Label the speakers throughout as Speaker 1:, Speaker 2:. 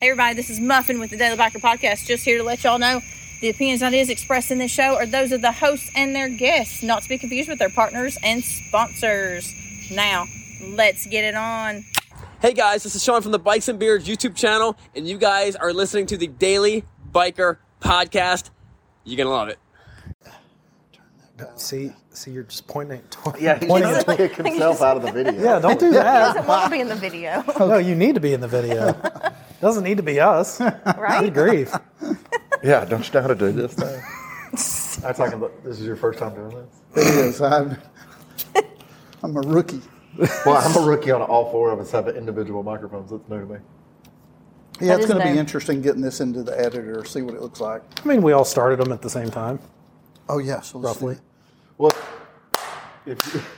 Speaker 1: everybody, this is Muffin with the Daily Biker Podcast. Just here to let y'all know the opinions and ideas expressed in this show are those of the hosts and their guests, not to be confused with their partners and sponsors. Now, let's get it on.
Speaker 2: Hey guys, this is Sean from the Bikes and Beards YouTube channel, and you guys are listening to the Daily Biker Podcast. You're gonna love it.
Speaker 3: See, see, you're just pointing it toward.
Speaker 4: Yeah, he's
Speaker 3: pointing
Speaker 4: trying
Speaker 3: it
Speaker 4: to kick himself out of the video.
Speaker 3: Yeah, don't do that.
Speaker 1: want to be in the video,
Speaker 3: no, you need to be in the video. Doesn't need to be us. Good
Speaker 1: right?
Speaker 3: grief.
Speaker 4: Yeah, don't you know how to do this thing? I'm talking about this is your first time doing this?
Speaker 5: It is. I'm, I'm a rookie.
Speaker 4: Well, I'm a rookie on all four of us have individual microphones. That's new to me.
Speaker 5: Yeah,
Speaker 1: That
Speaker 5: it's
Speaker 1: is
Speaker 5: going to
Speaker 1: new.
Speaker 5: be interesting getting this into the editor, see what it looks like.
Speaker 3: I mean, we all started them at the same time,
Speaker 5: Oh yeah, so let's
Speaker 3: roughly.
Speaker 5: see.
Speaker 4: Well, if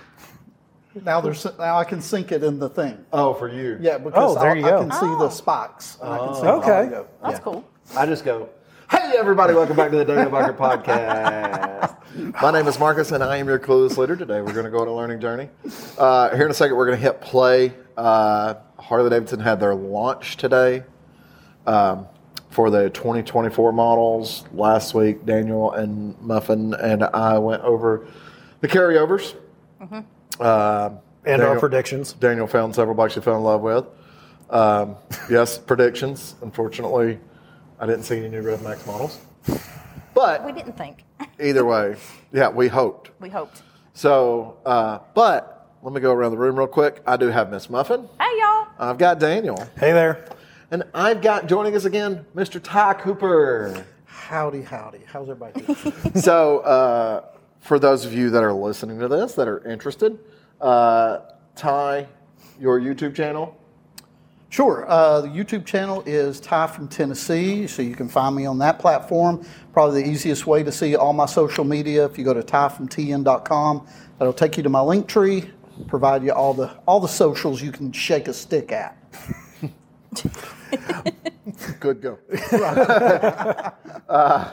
Speaker 5: Now there's now I can sync it in the thing. Uh,
Speaker 4: oh, for you.
Speaker 5: Yeah, because
Speaker 3: Oh, there
Speaker 5: I,
Speaker 3: you
Speaker 5: I
Speaker 3: go. Oh,
Speaker 5: can see
Speaker 1: Oh.
Speaker 5: the spikes. And I can see
Speaker 3: Okay.
Speaker 5: The audio.
Speaker 1: That's cool.
Speaker 4: I just go, hey everybody, welcome back to the Daily Biker Podcast. My name is Marcus, and I am your clueless leader. Today, we're going to go on a learning journey. Uh, here in a second, we're going to hit play. Uh, Harley Davidson had their launch today um, for the 2024 models. Last week, Daniel and Muffin and I went over the carryovers. Uh,
Speaker 3: And our
Speaker 4: Daniel-
Speaker 3: predictions.
Speaker 4: Daniel found several bikes he fell in love with. Um, yes, predictions. Unfortunately, I didn't see any new Rev Max models.
Speaker 1: We
Speaker 4: But
Speaker 1: didn't think.
Speaker 4: either way, yeah, we hoped.
Speaker 1: We hoped.
Speaker 4: So, uh, but let me go around the room real quick. I do have Miss Muffin.
Speaker 1: Hey, y'all.
Speaker 4: I've got Daniel.
Speaker 3: Hey there.
Speaker 4: And I've got joining us again, Mr. Ty Cooper.
Speaker 5: Howdy, howdy. How's everybody? doing?
Speaker 4: so, uh, for those of you that are listening to this that are interested, uh, Ty, your YouTube channel.
Speaker 5: sure. Uh, the YouTube channel is Ty from Tennessee, so you can find me on that platform. Probably the easiest way to see all my social media if you go to tyfromtn.com. That'll take you to my link tree. Provide you all the all the socials you can shake a stick at.
Speaker 4: Good go. Uh,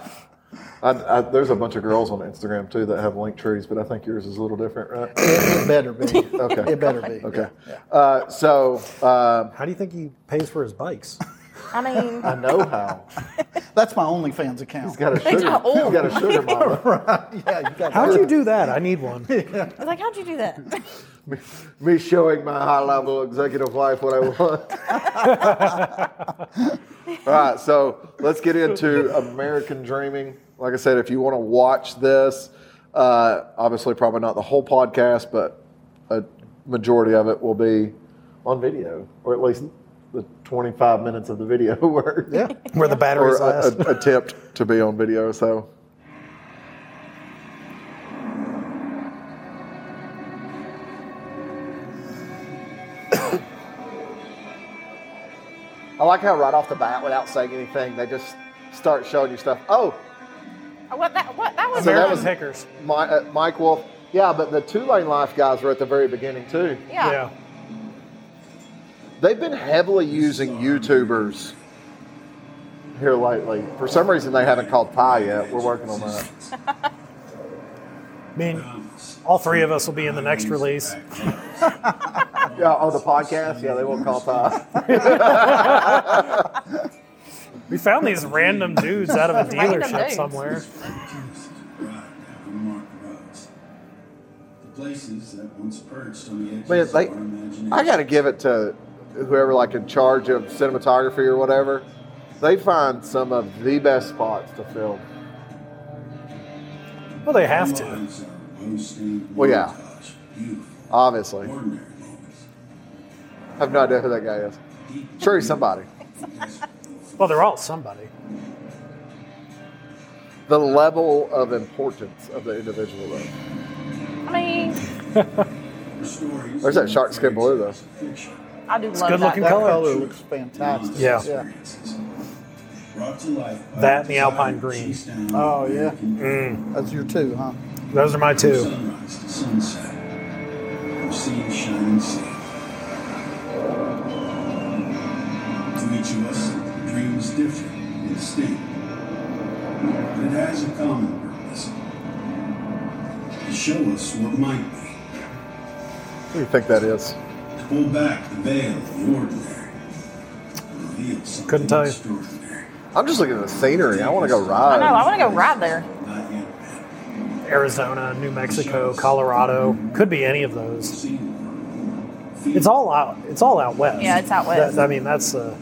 Speaker 4: I, I, there's a bunch of girls on Instagram too that have link trees, but I think yours is a little different, right?
Speaker 5: It, it better be.
Speaker 4: Okay.
Speaker 5: It better be.
Speaker 4: Okay. Uh, so uh,
Speaker 3: How do you think he pays for his bikes?
Speaker 1: I mean,
Speaker 4: I know how.
Speaker 5: That's my OnlyFans account.
Speaker 4: He's got a sugar. He's
Speaker 1: old.
Speaker 4: got a sugar mama.
Speaker 5: yeah, you got
Speaker 3: How'd you do that? I need one.
Speaker 1: I was like, how'd you do that?
Speaker 4: me, me showing my high level executive wife what I want. All right, so let's get into American Dreaming. Like I said, if you want to watch this, uh, obviously probably not the whole podcast, but a majority of it will be on video, or at least the 25 minutes of the video were
Speaker 5: Yeah.
Speaker 3: Where the
Speaker 4: or
Speaker 3: batteries
Speaker 4: a,
Speaker 3: last.
Speaker 4: a, attempt to be on video. So I like how right off the bat, without saying anything, they just start showing you stuff. Oh,
Speaker 1: what, that, what, that was
Speaker 4: So that
Speaker 3: American
Speaker 4: was-
Speaker 3: Pickers.
Speaker 4: Mi- uh, Mike Wolf. Yeah, but the two lane life guys were at the very beginning too.
Speaker 1: Yeah.
Speaker 4: They've been heavily using YouTubers here lately. For some reason, they haven't called Pi yet. We're working on that.
Speaker 3: I mean, all three of us will be in the next release.
Speaker 4: Yeah, oh, the podcast? Yeah, they won't call Pi.
Speaker 3: We found these random dudes out of a
Speaker 1: Random
Speaker 3: dealership
Speaker 1: dudes.
Speaker 3: somewhere.
Speaker 6: Frankenstein, Rock, and Mark Rose. The places that once perched on the edges
Speaker 4: Man, they,
Speaker 6: of our imagination.
Speaker 4: I got to give it to whoever like in charge of cinematography or whatever. They find some of the best spots to film.
Speaker 3: Well, they have to.
Speaker 6: Lives are low-stained
Speaker 4: Well, yeah.
Speaker 6: montage, beautiful,
Speaker 4: Obviously,
Speaker 6: ordinary moments,
Speaker 4: I have no idea who that guy is. Sure, he's somebody.
Speaker 3: Well, they're all somebody.
Speaker 4: The level of importance of the individual, though.
Speaker 1: I mean,
Speaker 6: or stories
Speaker 4: Where's that shark skin blue, though?
Speaker 6: Fiction,
Speaker 1: I do love
Speaker 3: good
Speaker 1: that.
Speaker 3: looking
Speaker 5: That
Speaker 3: Color.
Speaker 5: color, looks fantastic.
Speaker 3: Yeah.
Speaker 6: experiences, brought to life by
Speaker 3: That and the
Speaker 6: desire
Speaker 3: Alpine
Speaker 6: to
Speaker 3: green. Mm.
Speaker 6: chase down
Speaker 5: Oh,
Speaker 6: the
Speaker 5: yeah.
Speaker 6: American dream.
Speaker 5: That's your two, huh?
Speaker 3: Those are my two.
Speaker 6: Sunrise to sunset. From sea to shining sea. To each of us, dreams differ and distinct. But it has a common purpose. To show us what might be.
Speaker 4: Who do you think that is?
Speaker 6: To pull back the veil of the ordinary. To reveal reveal something
Speaker 3: Couldn't tell you.
Speaker 6: extraordinary.
Speaker 4: I'm just looking at the scenery. I want to go ride.
Speaker 1: I know. I want to go right there.
Speaker 6: Not yet been
Speaker 3: Arizona, New Mexico, Colorado. Could be any of those.
Speaker 6: seen.
Speaker 3: It's all out. It's all out west.
Speaker 1: Yeah, it's out west.
Speaker 3: That- I mean, that's. Uh,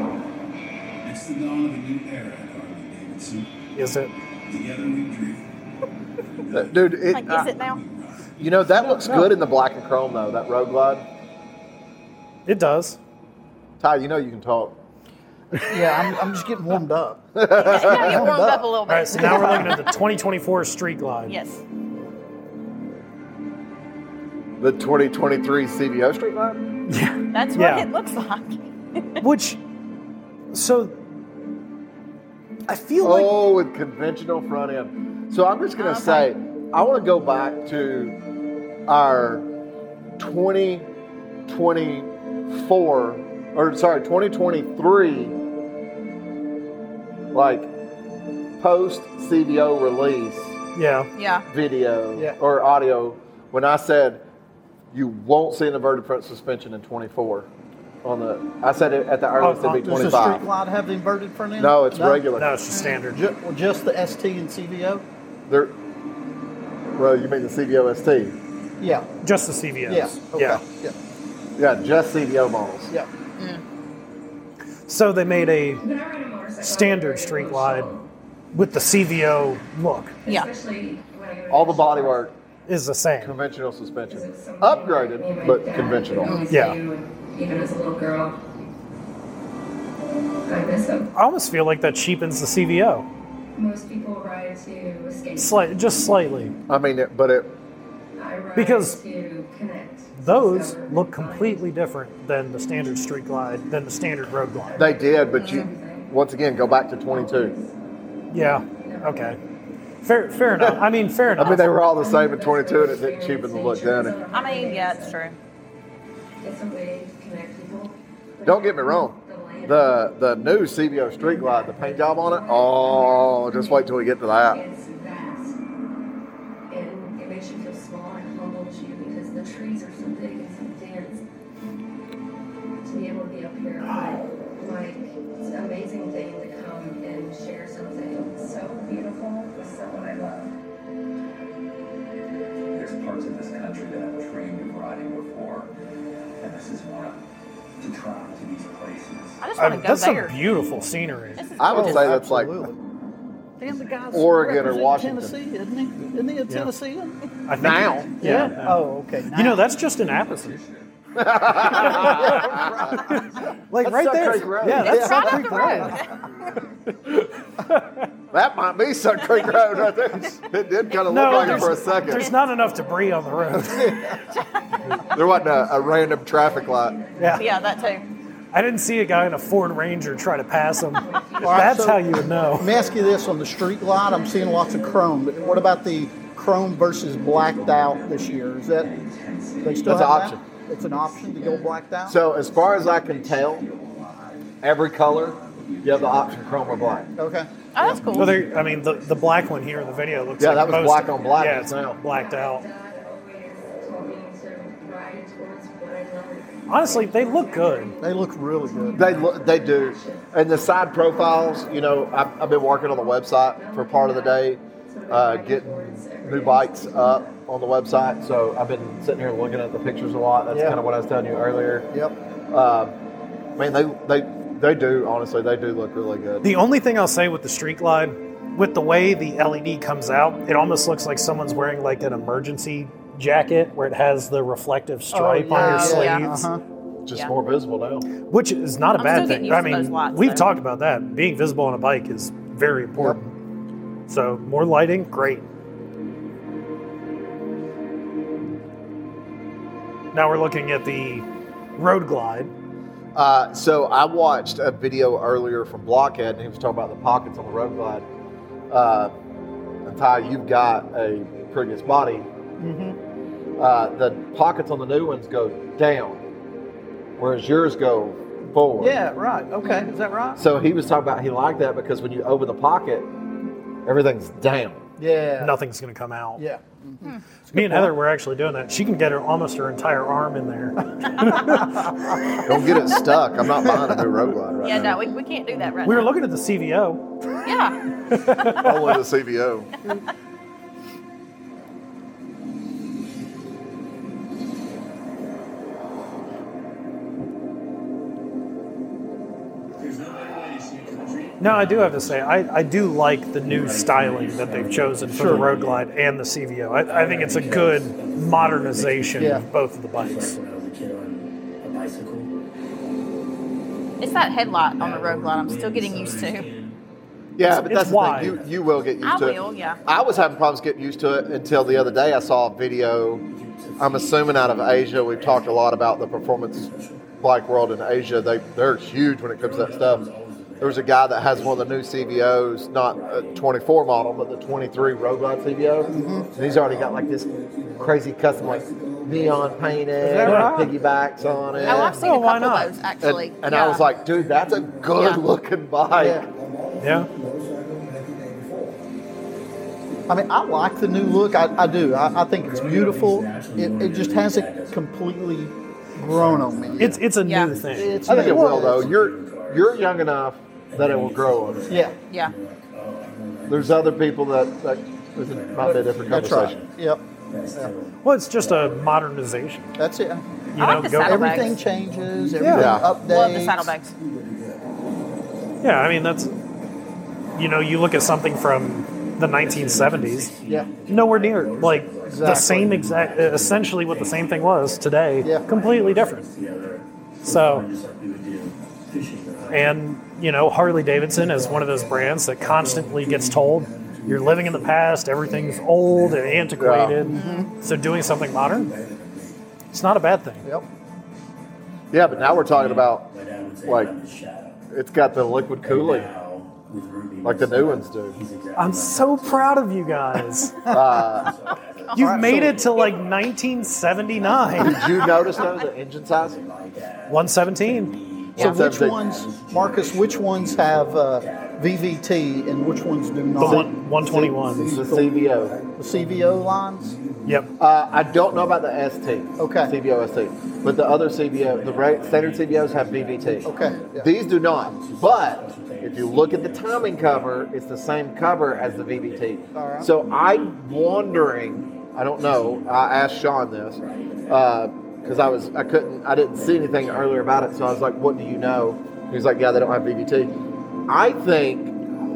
Speaker 6: It's the dawn of a new era at Harley Davidson.
Speaker 3: is it?
Speaker 6: Together we dream.
Speaker 4: Uh, Dude, it,
Speaker 1: Like, is it now?
Speaker 4: you know, that looks good in the black and chrome, though, that Road Glide.
Speaker 3: It does.
Speaker 4: Ty, you know you can talk.
Speaker 5: Yeah, I'm, I'm just getting warmed up.
Speaker 1: Now get warmed up a little
Speaker 3: All right.
Speaker 1: bit.
Speaker 3: So now we're looking at the 2024 Street Glide.
Speaker 1: Yes.
Speaker 4: The 2023 CVO Street Glide?
Speaker 1: That's what
Speaker 3: Yeah.
Speaker 1: it looks like.
Speaker 3: Which, so, I feel like
Speaker 4: Oh, with conventional front end. So I'm just going to say, I want to go back to our 2024, or sorry, 2023, like post CVO release.
Speaker 3: yeah,
Speaker 1: Yeah.
Speaker 4: video
Speaker 5: Yeah.
Speaker 4: or audio when I said you won't see an inverted front suspension in 24 on the. I said it at the earliest it'd be
Speaker 5: Does the street
Speaker 4: 25.
Speaker 5: glide have the inverted front end?
Speaker 4: No, it's regular.
Speaker 3: no, it's just standard.
Speaker 5: Ju- well, Just the ST and CVO?
Speaker 4: They're, well, you mean the CVOST?
Speaker 5: Yeah.
Speaker 3: Just the CVS.
Speaker 5: Yeah. Okay.
Speaker 3: Yeah.
Speaker 5: Yeah.
Speaker 4: Yeah, just CVO models.
Speaker 5: Yeah.
Speaker 3: So they made a standard street glide with the CVO look
Speaker 1: Yeah.
Speaker 4: All the bodywork,
Speaker 3: is the same.
Speaker 4: conventional suspension, upgraded but conventional.
Speaker 3: Yeah.
Speaker 7: Even as a little girl. I miss him.
Speaker 3: I almost feel like that cheapens the CVO,
Speaker 7: Most people ride to escape.
Speaker 3: Slight, just slightly.
Speaker 4: I mean, it, but it
Speaker 7: I ride
Speaker 3: because
Speaker 7: to connect.
Speaker 3: Those
Speaker 7: discover,
Speaker 3: look
Speaker 7: find.
Speaker 3: completely different than the standard street glide, than the standard road glide.
Speaker 4: they did. But you once again go back to 22.
Speaker 3: Yeah. Okay. Fair, fair enough. I mean, fair enough.
Speaker 4: I mean, they were all the same in 22, and it didn't cheapen the look down. it.
Speaker 1: I mean, yeah, it's true.
Speaker 7: It's a way to connect people.
Speaker 4: Don't get me wrong. The the new CBO Street Glide, the paint job on it. Oh, just wait till we get to that.
Speaker 7: It's vast. And it makes you feel small and humbles you because the trees are so big and so dense. To be able to be up here, like, like it's an amazing thing to come and share something so beautiful with someone I love.
Speaker 8: There's parts of this country that I've dreamed of riding before, and this is one of them. To travel to these places.
Speaker 1: I just
Speaker 3: I
Speaker 1: want
Speaker 3: mean,
Speaker 1: to go
Speaker 3: that's
Speaker 1: there.
Speaker 3: some beautiful scenery.
Speaker 1: This is
Speaker 4: I would
Speaker 1: gorgeous.
Speaker 4: say that's like
Speaker 5: Oh, Absolutely. Damn, the guy's
Speaker 4: Oregon or
Speaker 5: representing
Speaker 4: Washington.
Speaker 5: Tennessee, isn't he? Isn't he a Tennessean?
Speaker 3: I think
Speaker 4: now.
Speaker 3: Yeah. Uh,
Speaker 5: Oh, okay.
Speaker 3: You know,
Speaker 5: Nice.
Speaker 3: that's just in Appleton. like
Speaker 4: That's
Speaker 3: right
Speaker 4: Duck
Speaker 3: there.
Speaker 4: Creek Road.
Speaker 3: Yeah,
Speaker 1: That's
Speaker 3: that's
Speaker 1: right
Speaker 3: Duck
Speaker 1: up the
Speaker 3: Creek Road.
Speaker 1: road.
Speaker 4: That might be Sun Creek Road right there. It did kind of look like it
Speaker 3: there's-
Speaker 4: for a second.
Speaker 3: There's not enough debris on the road.
Speaker 4: There wasn't a, a random traffic light.
Speaker 3: yeah.
Speaker 1: Yeah, that too.
Speaker 3: I didn't see a guy in a Ford Ranger try to pass him.
Speaker 5: right,
Speaker 3: that's
Speaker 5: so-
Speaker 3: how you would know.
Speaker 5: Let me ask you this on the street glide, I'm seeing lots of chrome, but what about the chrome versus blacked out this year? Is that they still
Speaker 4: That's an
Speaker 5: have
Speaker 4: option.
Speaker 5: That? It's an option to go blacked out?
Speaker 4: So as far as I can tell, every color you have the option chrome or black.
Speaker 5: okay.
Speaker 1: Oh, that's cool.
Speaker 3: Well, there- I mean, the, the black one here in the video looks
Speaker 4: Yeah,
Speaker 3: like
Speaker 4: that was
Speaker 3: most-
Speaker 4: black on black
Speaker 3: Yeah, it's
Speaker 4: now.
Speaker 3: blacked out.
Speaker 7: God always told me to ride towards what I love.
Speaker 3: Honestly, they look good.
Speaker 5: They look really good.
Speaker 4: They look, they do, and the side profiles. You know, I've, I've been working on the website for part of the day, uh, getting new bikes up on the website. So I've been sitting here looking at the pictures a lot. That's
Speaker 5: Yeah.
Speaker 4: kind of what I was telling you earlier.
Speaker 5: Yep.
Speaker 4: I mean, they they they do honestly. They do look really good.
Speaker 3: The only thing I'll say with the street glide, with the way the LED comes out, it almost looks like someone's wearing like an emergency jacket where it has the reflective stripe on your
Speaker 1: Oh, yeah, yeah.
Speaker 3: sleeves,
Speaker 5: Uh-huh.
Speaker 4: Just
Speaker 1: Yeah.
Speaker 4: more visible now.
Speaker 3: which is not a
Speaker 1: I'm
Speaker 3: bad
Speaker 1: still getting
Speaker 3: thing.
Speaker 1: used
Speaker 3: I
Speaker 1: to
Speaker 3: mean,
Speaker 1: those lights,
Speaker 3: we've
Speaker 1: though.
Speaker 3: talked about that. Being visible on a bike is very important. So more lighting, great. Now we're looking at the road glide.
Speaker 4: Uh, so I watched a video earlier from Blockhead, and he was talking about the pockets on the Road Glide. Uh, and Ty, you've got a Prius body. Mm-hmm. uh, the pockets on the new ones go down, whereas yours go forward.
Speaker 5: Yeah, right. Okay, is that right?
Speaker 4: So he was talking about he liked that because when you open the pocket, everything's down.
Speaker 5: Yeah.
Speaker 3: Nothing's going to come out.
Speaker 5: Yeah.
Speaker 3: Me and Heather were actually doing that. She can get her almost her entire arm in there.
Speaker 4: Don't get it stuck. I'm not buying a new road glide right
Speaker 1: Yeah,
Speaker 4: now.
Speaker 1: no, we, we can't do that right
Speaker 3: We were
Speaker 1: now.
Speaker 3: looking at the CVO.
Speaker 1: Yeah.
Speaker 4: I want a CVO.
Speaker 3: No, I do have to say, I, I do like the new styling that they've chosen for the Road Glide and the CVO. I, I think it's a good modernization
Speaker 5: Yeah.
Speaker 3: of both of the bikes.
Speaker 9: When I was a kid on a bicycle.
Speaker 1: It's that headlight on the road line I'm still getting used to.
Speaker 4: Yeah, but
Speaker 3: It's
Speaker 4: that's the
Speaker 3: wide.
Speaker 4: thing. You, you will get used
Speaker 1: I
Speaker 4: to
Speaker 1: will,
Speaker 4: it.
Speaker 1: yeah.
Speaker 4: I was having problems getting used to it until the other day I saw a video. I'm assuming out of Asia. We've talked a lot about the performance bike world in Asia. They they're huge when it comes to that stuff. There was a guy that has one of the new CVOs, not a 24 model, but the 23 Road Glide CVO, and he's already got like this crazy custom like neon painted,
Speaker 5: that right?
Speaker 4: piggybacks on it.
Speaker 1: Oh, I've seen
Speaker 3: Oh,
Speaker 1: a
Speaker 3: why
Speaker 1: couple
Speaker 3: not?
Speaker 1: of those actually.
Speaker 4: And, and
Speaker 1: yeah.
Speaker 4: I was like, dude, that's a
Speaker 1: Yeah.
Speaker 4: good looking bike.
Speaker 5: Yeah.
Speaker 3: Yeah.
Speaker 5: I mean, I like the new look. I, I do. I, I think it's beautiful. It, it just hasn't completely grown on me. yet.
Speaker 3: It's it's a
Speaker 1: Yeah.
Speaker 3: new thing.
Speaker 5: It's
Speaker 4: I think it
Speaker 5: new.
Speaker 4: will though. You're you're young enough that it will grow on you.
Speaker 5: Yeah.
Speaker 1: yeah.
Speaker 4: There's other people that, that this might be a different
Speaker 5: That's right.
Speaker 4: conversation.
Speaker 5: Yep.
Speaker 3: Well, it's just a modernization.
Speaker 5: That's it.
Speaker 3: You
Speaker 1: I like the saddleback.
Speaker 5: Everything changes. Everything
Speaker 4: Yeah.
Speaker 5: updates.
Speaker 1: Love the saddlebags.
Speaker 3: Yeah, I mean that's you know, you look at something from the 1970s,
Speaker 5: Yeah.
Speaker 3: nowhere near like the
Speaker 5: Exactly.
Speaker 3: same exact e, essentially what the same thing was today,
Speaker 5: Yeah.
Speaker 3: completely different. So and you know, Harley Davidson is one of those brands that constantly gets told you're living in the past, everything's old and antiquated.
Speaker 5: Mm-hmm.
Speaker 3: So doing something modern, it's not a bad thing.
Speaker 5: Yep.
Speaker 4: Yeah, but now we're talking about like it's got the liquid cooling like the new ones do.
Speaker 3: I'm so proud of you guys.
Speaker 4: Uh,
Speaker 3: You've made it to like 1979.
Speaker 4: Did you notice though the engine size?
Speaker 3: 117.
Speaker 5: So
Speaker 4: Yeah.
Speaker 5: which ones, Marcus? Which ones have uh, VVT and which ones do
Speaker 3: The
Speaker 5: not?
Speaker 3: one,
Speaker 4: It's
Speaker 3: 121.
Speaker 4: the CVO.
Speaker 5: The CVO lines.
Speaker 3: Yep.
Speaker 4: Uh, I don't know about the ST.
Speaker 5: Okay.
Speaker 4: CVO ST, but the other CVO, the ra- standard CVOs have BVT.
Speaker 5: Okay. Yeah.
Speaker 4: These do not. But if you look at the timing cover, it's the same cover as the VBT.
Speaker 5: All right.
Speaker 4: So I'm wondering. I don't know. I asked Sean this because I was I couldn't I didn't see anything earlier about it. So I was like, "What do you know?" He was like, "Yeah, they don't have VBT." I think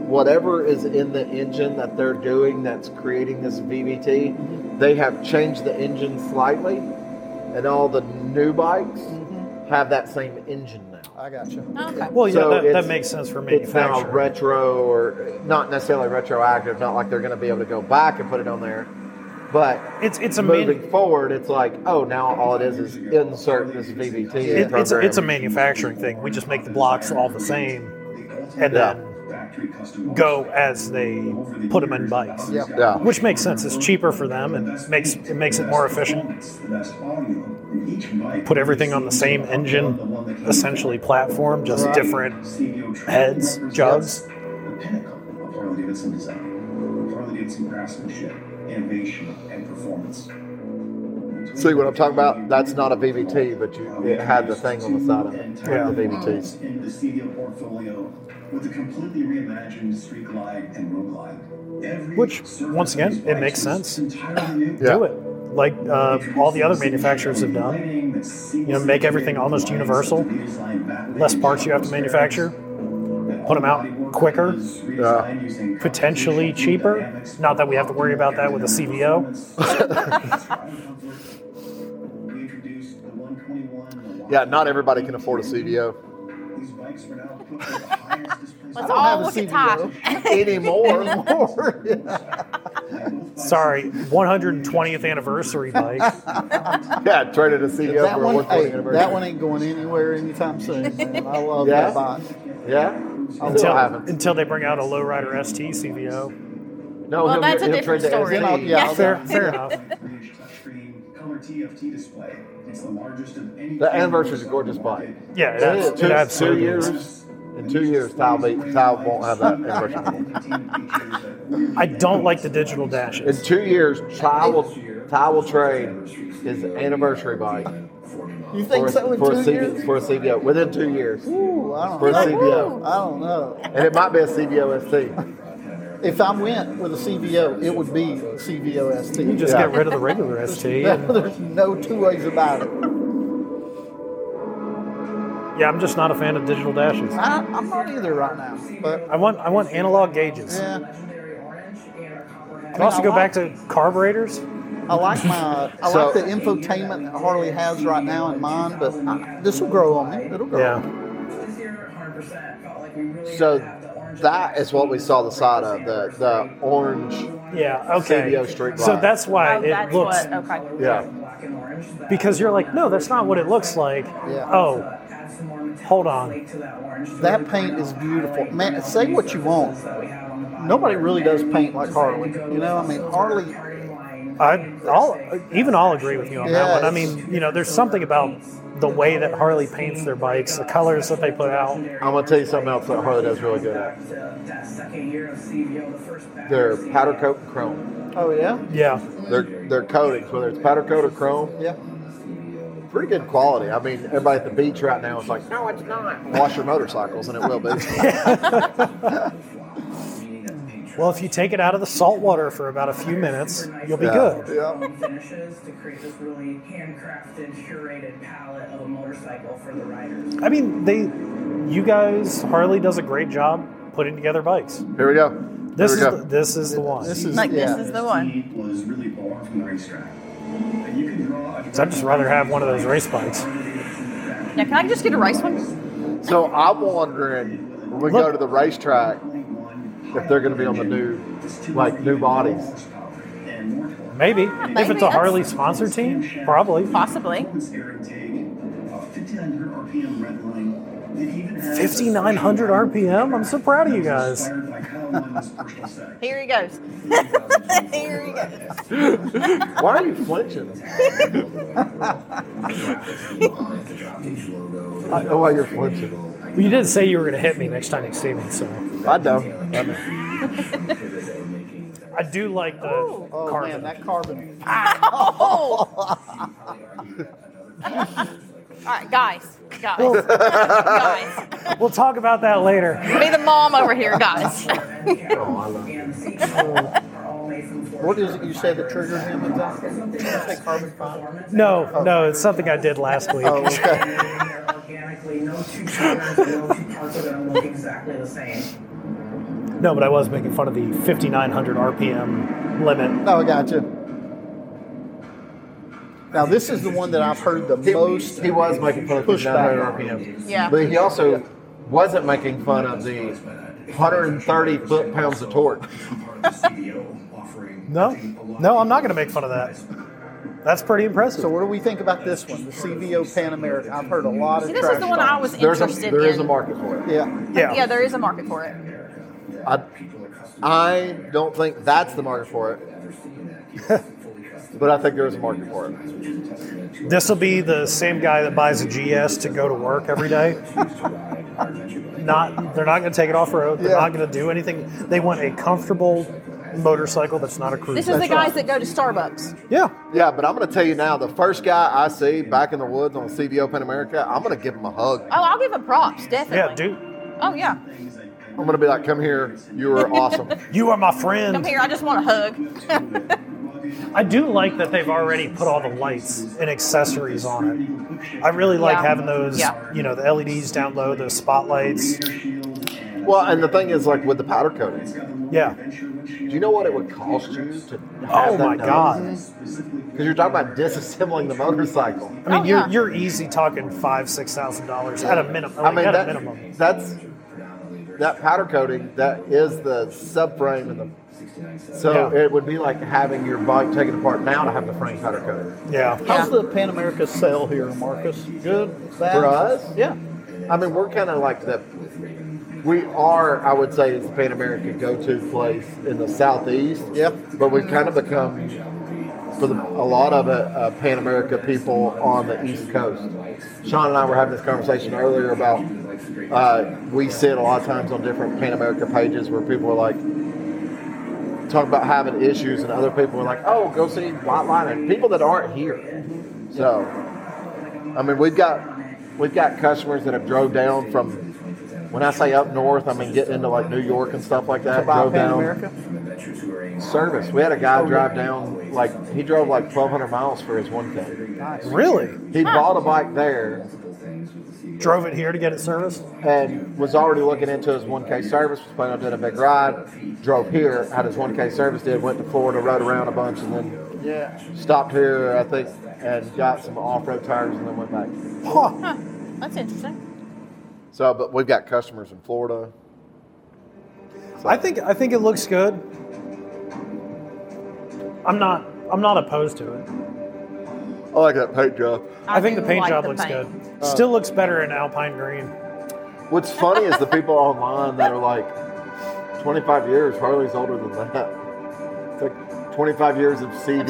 Speaker 4: whatever is in the engine that they're doing that's creating this VBT, they have changed the engine slightly, and all the new bikes have that same engine now.
Speaker 5: I got you.
Speaker 1: Oh, Okay.
Speaker 3: Well, yeah,
Speaker 4: So
Speaker 3: that,
Speaker 4: it's-
Speaker 3: that makes sense for
Speaker 4: it's now
Speaker 3: manufacturing.
Speaker 4: retro or not necessarily retroactive. Not like they're going to be able to go back and put it on there, but
Speaker 3: It's it's a
Speaker 4: moving
Speaker 3: manu-
Speaker 4: forward, it's like oh, now all it is is insert this VVT.
Speaker 3: it- it's a,
Speaker 4: program.
Speaker 3: it's a manufacturing thing. We just make the blocks all the same and
Speaker 4: Yeah.
Speaker 3: then go as they put them in bikes.
Speaker 5: Yeah.
Speaker 4: yeah.
Speaker 3: Which makes sense. It's cheaper for them and makes it makes it more efficient. Put everything on the same engine, essentially platform, just different heads, jugs.
Speaker 8: The pinnacle of Harley Davidson design, Harley Davidson craftsmanship, innovation, and performance.
Speaker 4: See what I'm talking about? That's not a VVT, but you, it had the thing on the side of it.
Speaker 3: Yeah.
Speaker 4: Yeah. The VVTs.
Speaker 8: In the CVO portfolio with a completely reimagined Street Glide and Road Glide. Every
Speaker 3: Which,
Speaker 8: surface
Speaker 3: once again,
Speaker 8: of these
Speaker 3: it
Speaker 8: bikes
Speaker 3: makes
Speaker 8: is
Speaker 3: sense.
Speaker 8: entirely new.
Speaker 4: Yeah.
Speaker 3: Do it like uh, all the other manufacturers have done.
Speaker 8: You
Speaker 3: know, make everything almost universal. Less parts you have to manufacture. Put them out quicker, potentially cheaper. Not that we have to worry about that with a CVO.
Speaker 4: Yeah, not everybody can afford a CVO
Speaker 1: Let's
Speaker 5: don't have
Speaker 1: all
Speaker 5: a
Speaker 1: look at
Speaker 5: CVO.
Speaker 1: Ty.
Speaker 4: anymore.
Speaker 5: Or- yeah.
Speaker 3: Sorry, 120th anniversary bike.
Speaker 4: yeah, traded a CVO
Speaker 5: That
Speaker 4: for a
Speaker 5: one,
Speaker 4: 120
Speaker 5: hey,
Speaker 4: anniversary.
Speaker 5: that one ain't going anywhere anytime soon. Man. I love
Speaker 4: Yeah.
Speaker 5: that bike.
Speaker 4: Yeah, I'll
Speaker 3: Until,
Speaker 4: haven't.
Speaker 3: until they bring out a lowrider ST CVO.
Speaker 4: No,
Speaker 1: Well,
Speaker 4: he'll,
Speaker 1: that's a
Speaker 4: he'll
Speaker 1: different
Speaker 4: trade the
Speaker 1: story.
Speaker 5: Then I'll,
Speaker 4: ST.
Speaker 5: yeah, I'll-
Speaker 3: Fair, fair enough.
Speaker 6: TFT display. It's the largest of any.
Speaker 4: The
Speaker 6: keyboard
Speaker 4: anniversary's a
Speaker 6: on
Speaker 4: gorgeous
Speaker 6: the
Speaker 4: bike.
Speaker 6: market.
Speaker 3: Yeah, it abs-
Speaker 4: Two-
Speaker 3: it absolutely
Speaker 4: two
Speaker 3: is.
Speaker 4: years. In two years, Thal, be, Thal won't have that anniversary. anymore.
Speaker 3: I don't like the digital
Speaker 4: In
Speaker 3: dashes.
Speaker 4: two years, Ty will Ty will trade his anniversary bike
Speaker 5: You think
Speaker 4: for,
Speaker 5: so in
Speaker 4: for a
Speaker 5: two
Speaker 4: CD,
Speaker 5: years?
Speaker 4: for a CBO within two years
Speaker 5: Ooh, I don't
Speaker 4: for a
Speaker 5: know.
Speaker 4: CBO,
Speaker 5: I don't know.
Speaker 4: and it might be a CBO ST.
Speaker 5: If I went with a CVO, it would be CVO
Speaker 3: You
Speaker 5: ST.
Speaker 3: just
Speaker 4: Yeah.
Speaker 3: get rid of the regular ST. and-
Speaker 5: There's no two ways about it.
Speaker 3: yeah, I'm just not a fan of digital dashes.
Speaker 5: I, I'm not either right now, but
Speaker 3: I want I want analog gauges. I
Speaker 5: yeah,
Speaker 3: can also go back to carburetors.
Speaker 5: I like my I
Speaker 4: So-
Speaker 5: like the infotainment that Harley has right now in mine, but I, this will grow on me. It'll grow. on me.
Speaker 3: Yeah,
Speaker 4: So that is what we saw the side of the the orange.
Speaker 3: yeah, okay.
Speaker 4: CBO street
Speaker 3: so
Speaker 4: light.
Speaker 3: that's why
Speaker 1: Oh,
Speaker 3: it
Speaker 1: that's
Speaker 3: looks
Speaker 1: what. Okay.
Speaker 4: Yeah,
Speaker 3: because you're like, no, that's not what it looks like.
Speaker 5: Yeah.
Speaker 3: Oh, hold on.
Speaker 5: That paint is beautiful. Man, say what you want. Nobody really does paint like Harley. You know, I mean, Harley,
Speaker 3: I I'll even I'll agree with you on that
Speaker 5: Yeah,
Speaker 3: one. I
Speaker 5: it's-
Speaker 3: mean, you know, there's something about the way that Harley paints their bikes, the colors that they put out.
Speaker 4: I'm gonna tell you something else that Harley does really good at.
Speaker 10: uh,
Speaker 4: Their powder coat and chrome.
Speaker 5: oh, yeah,
Speaker 3: Yeah,
Speaker 4: Their their coatings, whether it's powder coat or chrome,
Speaker 5: yeah.
Speaker 4: pretty good quality. I mean, everybody at the beach right now is like, no, it's not. Wash your motorcycles, and it will be.
Speaker 3: Well, if you take it out of the salt water for about a few minutes, you'll be
Speaker 4: Yeah.
Speaker 3: good.
Speaker 4: Yeah.
Speaker 10: finishes to create this really handcrafted, curated palette of a motorcycle for the riders.
Speaker 3: I mean, they, you guys, Harley does a great job putting together bikes.
Speaker 4: Here we go.
Speaker 3: This is
Speaker 4: Here we
Speaker 3: the, this is the one.
Speaker 5: This is
Speaker 1: Like
Speaker 5: yeah.
Speaker 1: this is the one.
Speaker 6: Speed Was really far from the racetrack. And you could draw. a-
Speaker 3: So I'd just rather have one of those race bikes.
Speaker 1: Now, can I just get a race one?
Speaker 4: So I'm wondering when we go
Speaker 3: Look.
Speaker 4: to the racetrack if they're going to be on the new, like new bodies.
Speaker 3: Maybe if
Speaker 5: Ah,
Speaker 1: maybe
Speaker 3: it's a
Speaker 1: that's-
Speaker 3: Harley sponsor team, probably.
Speaker 1: Possibly.
Speaker 6: Performance air intake, a 1500 RPM red line. It even has a
Speaker 3: 5,900 RPM. I'm so proud of you guys.
Speaker 6: inspired by Kyle London's personal sex.
Speaker 1: Here he goes. Here he goes.
Speaker 4: Why are you flinching? I know why you're flinching.
Speaker 3: Well, you did say you were going to hit me next time you see me, so
Speaker 4: I don't.
Speaker 3: I do like the
Speaker 5: Oh
Speaker 3: carbon.
Speaker 5: man, that carbon.
Speaker 1: All right, guys. Guys. guys.
Speaker 3: We'll talk about that later.
Speaker 1: Be the mom over here, guys.
Speaker 5: Oh, What is it you said that triggered him exactly? Did you say carbon fiber?
Speaker 3: No, no, it's something I did last week.
Speaker 5: Oh, okay.
Speaker 10: Organically, no two colors, no two parts are going to look exactly the same.
Speaker 3: No, but I was making fun of the 5,900 RPM limit.
Speaker 5: No, I got you. Now this is the one that I've heard the most.
Speaker 4: He was making fun of the
Speaker 5: Pushback.
Speaker 4: 900 RPM.
Speaker 1: Yeah.
Speaker 4: But he also wasn't making fun of the 130 foot pounds of torque.
Speaker 6: E
Speaker 3: No, no, I'm not going to make fun of that. That's pretty impressive.
Speaker 5: So what do we think about this one, the CVO Pan American? I've heard a lot of.
Speaker 1: See, this
Speaker 5: trash
Speaker 1: is the one I
Speaker 5: talk.
Speaker 1: was
Speaker 4: There's a,
Speaker 1: interested
Speaker 4: there
Speaker 1: in.
Speaker 4: is a market for it.
Speaker 5: Yeah.
Speaker 3: yeah.
Speaker 1: Yeah, there is a market for it.
Speaker 4: I, I don't think that's the market for it. but I think there is a market for it.
Speaker 3: This will be the same guy that buys a GS to go to work every day. not, they're not going to take it off road. They're
Speaker 5: Yeah.
Speaker 3: not going to do anything. They want a comfortable motorcycle that's not a cruiser.
Speaker 1: This is the guys that go to Starbucks.
Speaker 3: yeah,
Speaker 4: Yeah, but I'm going to tell you now the first guy I see back in the woods on CB Open America, I'm going to give him a hug.
Speaker 1: Oh, I'll give him props, definitely.
Speaker 3: yeah, dude,
Speaker 1: Oh, yeah.
Speaker 4: I'm going to be like, come here. You were awesome.
Speaker 3: you are my
Speaker 1: Come
Speaker 3: friend.
Speaker 1: here. I just want a hug.
Speaker 3: I do like that they've already put all the lights and accessories on it. I really like
Speaker 1: Yeah.
Speaker 3: having those,
Speaker 1: Yeah.
Speaker 3: you know, the LEDs down low, those spotlights.
Speaker 4: well, and the thing is, like with the powder coating,
Speaker 3: Yeah.
Speaker 4: do you know what it would cost you to have
Speaker 3: Oh my god.
Speaker 4: Because you're talking about disassembling the motorcycle.
Speaker 3: I mean,
Speaker 1: Oh,
Speaker 3: you're
Speaker 1: yeah.
Speaker 3: you're easy talking five, six thousand dollars at a minimum.
Speaker 4: I mean,
Speaker 3: at
Speaker 4: that,
Speaker 3: a minimum.
Speaker 4: that's that powder coating that is the subframe and the so
Speaker 3: Yeah.
Speaker 4: it would be like having your bike taken apart now to have the frame powder coated.
Speaker 3: Yeah.
Speaker 5: How's the Pan America sell here, Marcus? Good. Bad?
Speaker 4: For us,
Speaker 5: Yeah.
Speaker 4: I mean, we're kind of like the we are, I would say, is the Pan America go-to place in the southeast.
Speaker 5: Yep.
Speaker 4: But we've kind of become for the, a lot of it, uh, Pan America people on the East Coast. Sean and I were having this conversation earlier about uh, we see it a lot of times on different Pan America pages where people are like, talk about having issues, and other people are like, oh, go see White Lining. People that aren't here. So, I mean, we've got we've got customers that have drove down from when I say up north, I mean getting into like New York and stuff like that.
Speaker 5: Buy
Speaker 4: Drove
Speaker 5: Pan
Speaker 4: down
Speaker 5: America.
Speaker 4: service. We had a guy drive down like he drove like 1,200 miles for his one thing.
Speaker 3: Really?
Speaker 4: He bought a bike there
Speaker 3: Drove it here to get it serviced?
Speaker 4: and was already looking into his 1K service. Was planning on doing a big ride. Drove here, had his 1K service did, went to Florida, rode around a bunch, and then
Speaker 5: Yeah.
Speaker 4: stopped here, I think, and got some off-road tires, and then went back.
Speaker 1: Huh. That's interesting.
Speaker 4: So, but we've got customers in Florida. So-
Speaker 3: I think I think it looks good. I'm not I'm not opposed to it.
Speaker 4: I like that paint job.
Speaker 3: I, think
Speaker 1: do
Speaker 3: the paint
Speaker 1: like
Speaker 3: job
Speaker 1: the
Speaker 3: looks
Speaker 1: paint.
Speaker 3: good.
Speaker 4: Uh,
Speaker 3: Still looks better in Alpine Green.
Speaker 4: What's funny is the people online that are like, 25 years, Harley's older than that. It's like 25 years of CBO.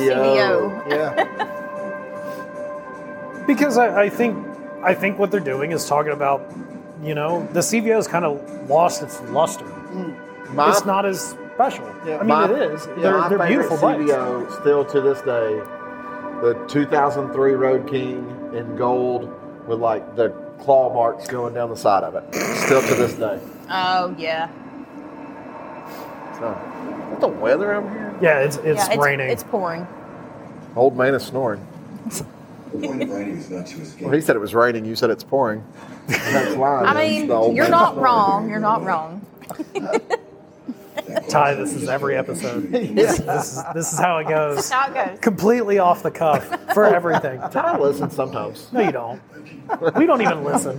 Speaker 1: CBO.
Speaker 4: Yeah.
Speaker 3: Because I, I think I think what they're doing is talking about, you know, the CVO's kind of lost its luster.
Speaker 4: My,
Speaker 3: it's not as special. I mean,
Speaker 4: my-
Speaker 3: it is.
Speaker 4: yeah,
Speaker 3: they're
Speaker 4: my
Speaker 3: they're
Speaker 4: favorite
Speaker 3: beautiful bikes.
Speaker 4: CBO still to this day, the 2003 Road King in gold with like the claw marks going down the side of it. Still to this day.
Speaker 1: Oh yeah.
Speaker 4: So, what the weather out here?
Speaker 3: Yeah, it's it's
Speaker 1: yeah, it's,
Speaker 3: raining.
Speaker 1: It's pouring.
Speaker 4: Old man is snoring.
Speaker 6: The point of writing is not to escape.
Speaker 4: Well, he said it was raining. You said it's pouring. That's lying.
Speaker 1: I
Speaker 4: It's
Speaker 1: mean,
Speaker 4: the old
Speaker 1: you're
Speaker 4: man's
Speaker 1: not
Speaker 4: snoring.
Speaker 1: wrong. You're not wrong.
Speaker 3: Ty, this is every episode. this, this is, this is how it goes.
Speaker 1: How it goes.
Speaker 3: Completely off the cuff for everything.
Speaker 4: I listen sometimes.
Speaker 3: No, you don't. We don't even listen.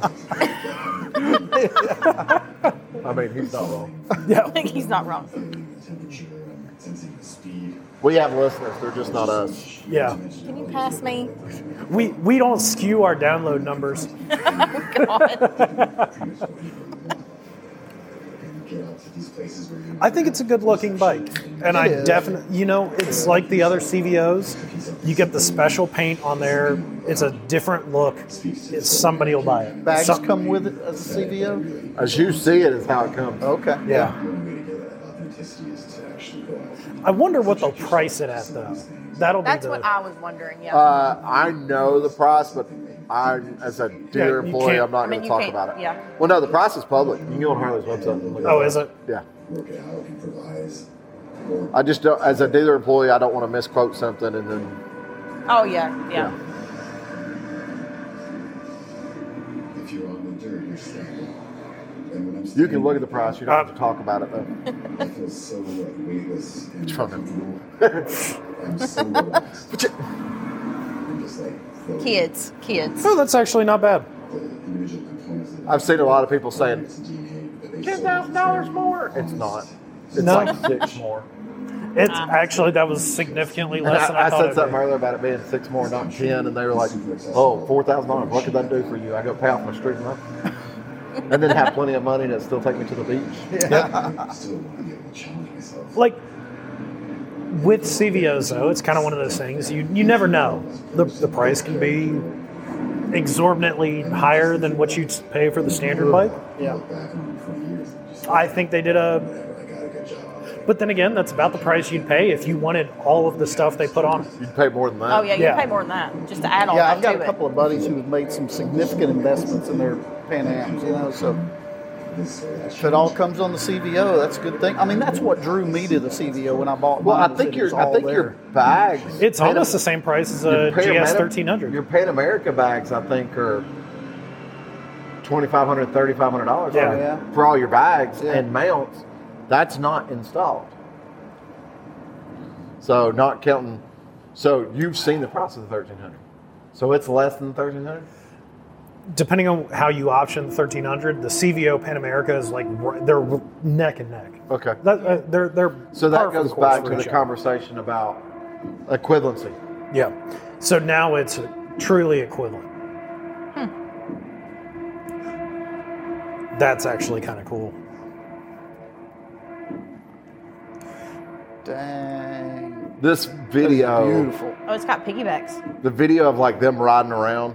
Speaker 4: I mean, he's not wrong.
Speaker 3: Yeah.
Speaker 1: He's not wrong.
Speaker 6: Feeling the temperature, I'm sensing the speed.
Speaker 4: We have listeners. They're just not us.
Speaker 3: Yeah.
Speaker 1: Can you pass me?
Speaker 3: We we don't skew our download numbers.
Speaker 1: God.
Speaker 6: Get out to these places where you
Speaker 3: I think it's a good looking bike. And I
Speaker 5: It is.
Speaker 3: definitely, you know, it's like the other CVOs. You get the special paint on there. It's a different look. It's, somebody will buy it.
Speaker 5: Bags
Speaker 3: Some-
Speaker 5: come with it as a CVO.
Speaker 4: As you see it, is how it comes.
Speaker 5: Okay.
Speaker 3: yeah.
Speaker 6: The only way to get that authenticity is to actually go out.
Speaker 3: I wonder what they'll price it at though. That'll be
Speaker 1: That's
Speaker 3: the.
Speaker 1: what I was wondering. Yeah.
Speaker 4: Uh, I know the price, but I, as a
Speaker 3: Yeah,
Speaker 4: dear
Speaker 3: you
Speaker 4: employee,
Speaker 3: can't-
Speaker 4: I'm not
Speaker 1: I mean,
Speaker 4: going to
Speaker 1: you
Speaker 4: talk
Speaker 1: can't-
Speaker 4: about it.
Speaker 1: yeah.
Speaker 4: Well, no, the price is public. You can go on Harley's website. and look
Speaker 3: oh,
Speaker 4: up.
Speaker 3: is it?
Speaker 4: Yeah.
Speaker 6: Work it out, improvise. Or
Speaker 4: I just don't, as a dealer employee, I don't want to misquote something and then.
Speaker 1: oh yeah, yeah.
Speaker 6: if you're on the dirt, you're standing. And when I'm
Speaker 4: You can
Speaker 6: standing,
Speaker 4: look at the price. You don't
Speaker 3: Uh,
Speaker 4: have to talk about it though.
Speaker 6: I feel so like weightless and
Speaker 4: Trying to-
Speaker 6: comfortable. I'm so relaxed. I'm just like floating.
Speaker 1: Kids, kids.
Speaker 5: Uh,
Speaker 3: Oh, that's actually not bad.
Speaker 6: The individual components of
Speaker 4: I've seen a lot of people saying
Speaker 6: it's DNA, but they
Speaker 4: ten
Speaker 6: sold it
Speaker 4: thousand dollars
Speaker 6: for
Speaker 4: more. It's
Speaker 6: almost-
Speaker 4: not. It's
Speaker 3: No.
Speaker 4: like six more.
Speaker 3: It's actually that was significantly
Speaker 4: And
Speaker 3: less than I,
Speaker 4: I, I
Speaker 3: thought.
Speaker 4: said
Speaker 3: it would
Speaker 4: something
Speaker 3: be.
Speaker 4: earlier about it being six more, not ten, and they were like, "Oh, four thousand dollars. What could that do for you?" I go pay off my student loan, and then have plenty of money to still take me to the beach.
Speaker 6: I still want to be able to challenge myself.
Speaker 3: like with CVOs though, it's kind of one of those things you you never know. The the price can be exorbitantly higher than what you'd pay for the standard bike.
Speaker 5: Yeah.
Speaker 6: Look back on 20 years and just
Speaker 3: I think they did a
Speaker 6: whatever, I got a good job.
Speaker 3: but then again, that's about the price you'd pay if you wanted all of the stuff they put on it.
Speaker 4: You'd pay more than that.
Speaker 1: Oh yeah, you
Speaker 3: Yeah.
Speaker 1: pay more than that just to add on
Speaker 5: Yeah,
Speaker 1: that
Speaker 5: I've got
Speaker 1: to
Speaker 5: a
Speaker 1: Oh, it.
Speaker 5: couple of buddies who have made some significant investments in their Pan Ams, you know, so
Speaker 6: This or that
Speaker 5: if it all comes on the CVO, that's a good thing. I mean, that's what drew me to the CVO when I bought
Speaker 4: Well,
Speaker 5: mine.
Speaker 4: I
Speaker 5: was
Speaker 4: think
Speaker 5: that it
Speaker 4: your
Speaker 5: was
Speaker 4: I
Speaker 5: all
Speaker 4: think
Speaker 5: there.
Speaker 4: your bags.
Speaker 3: It's
Speaker 4: Pan-
Speaker 3: almost the same price as
Speaker 4: your
Speaker 3: a
Speaker 4: Pan
Speaker 3: GS
Speaker 4: Ameri-
Speaker 3: Uh, thirteen
Speaker 4: Your
Speaker 3: hundred.
Speaker 4: Pan America bags, I think, are twenty five hundred, thirty five hundred dollars.
Speaker 3: Yeah.
Speaker 5: Yeah.
Speaker 4: for all your bags
Speaker 5: Yeah.
Speaker 4: and mounts. That's not installed. So not counting. So you've seen the price of the thirteen hundred. So it's less than thirteen hundred.
Speaker 3: Depending on how you option thirteen hundred, the CVO Pan America is like r- they're neck and neck.
Speaker 4: Okay.
Speaker 3: That, uh, they're they're
Speaker 4: So
Speaker 3: par
Speaker 4: that
Speaker 3: for the
Speaker 4: goes
Speaker 3: course
Speaker 4: back
Speaker 3: for
Speaker 4: to the
Speaker 3: each other.
Speaker 4: conversation about equivalency.
Speaker 3: Yeah. So now it's truly equivalent. That's actually kind of cool.
Speaker 5: Dang.
Speaker 4: This video,
Speaker 5: Beautiful.
Speaker 1: Oh, it's got piggybacks.
Speaker 4: the video of like them riding around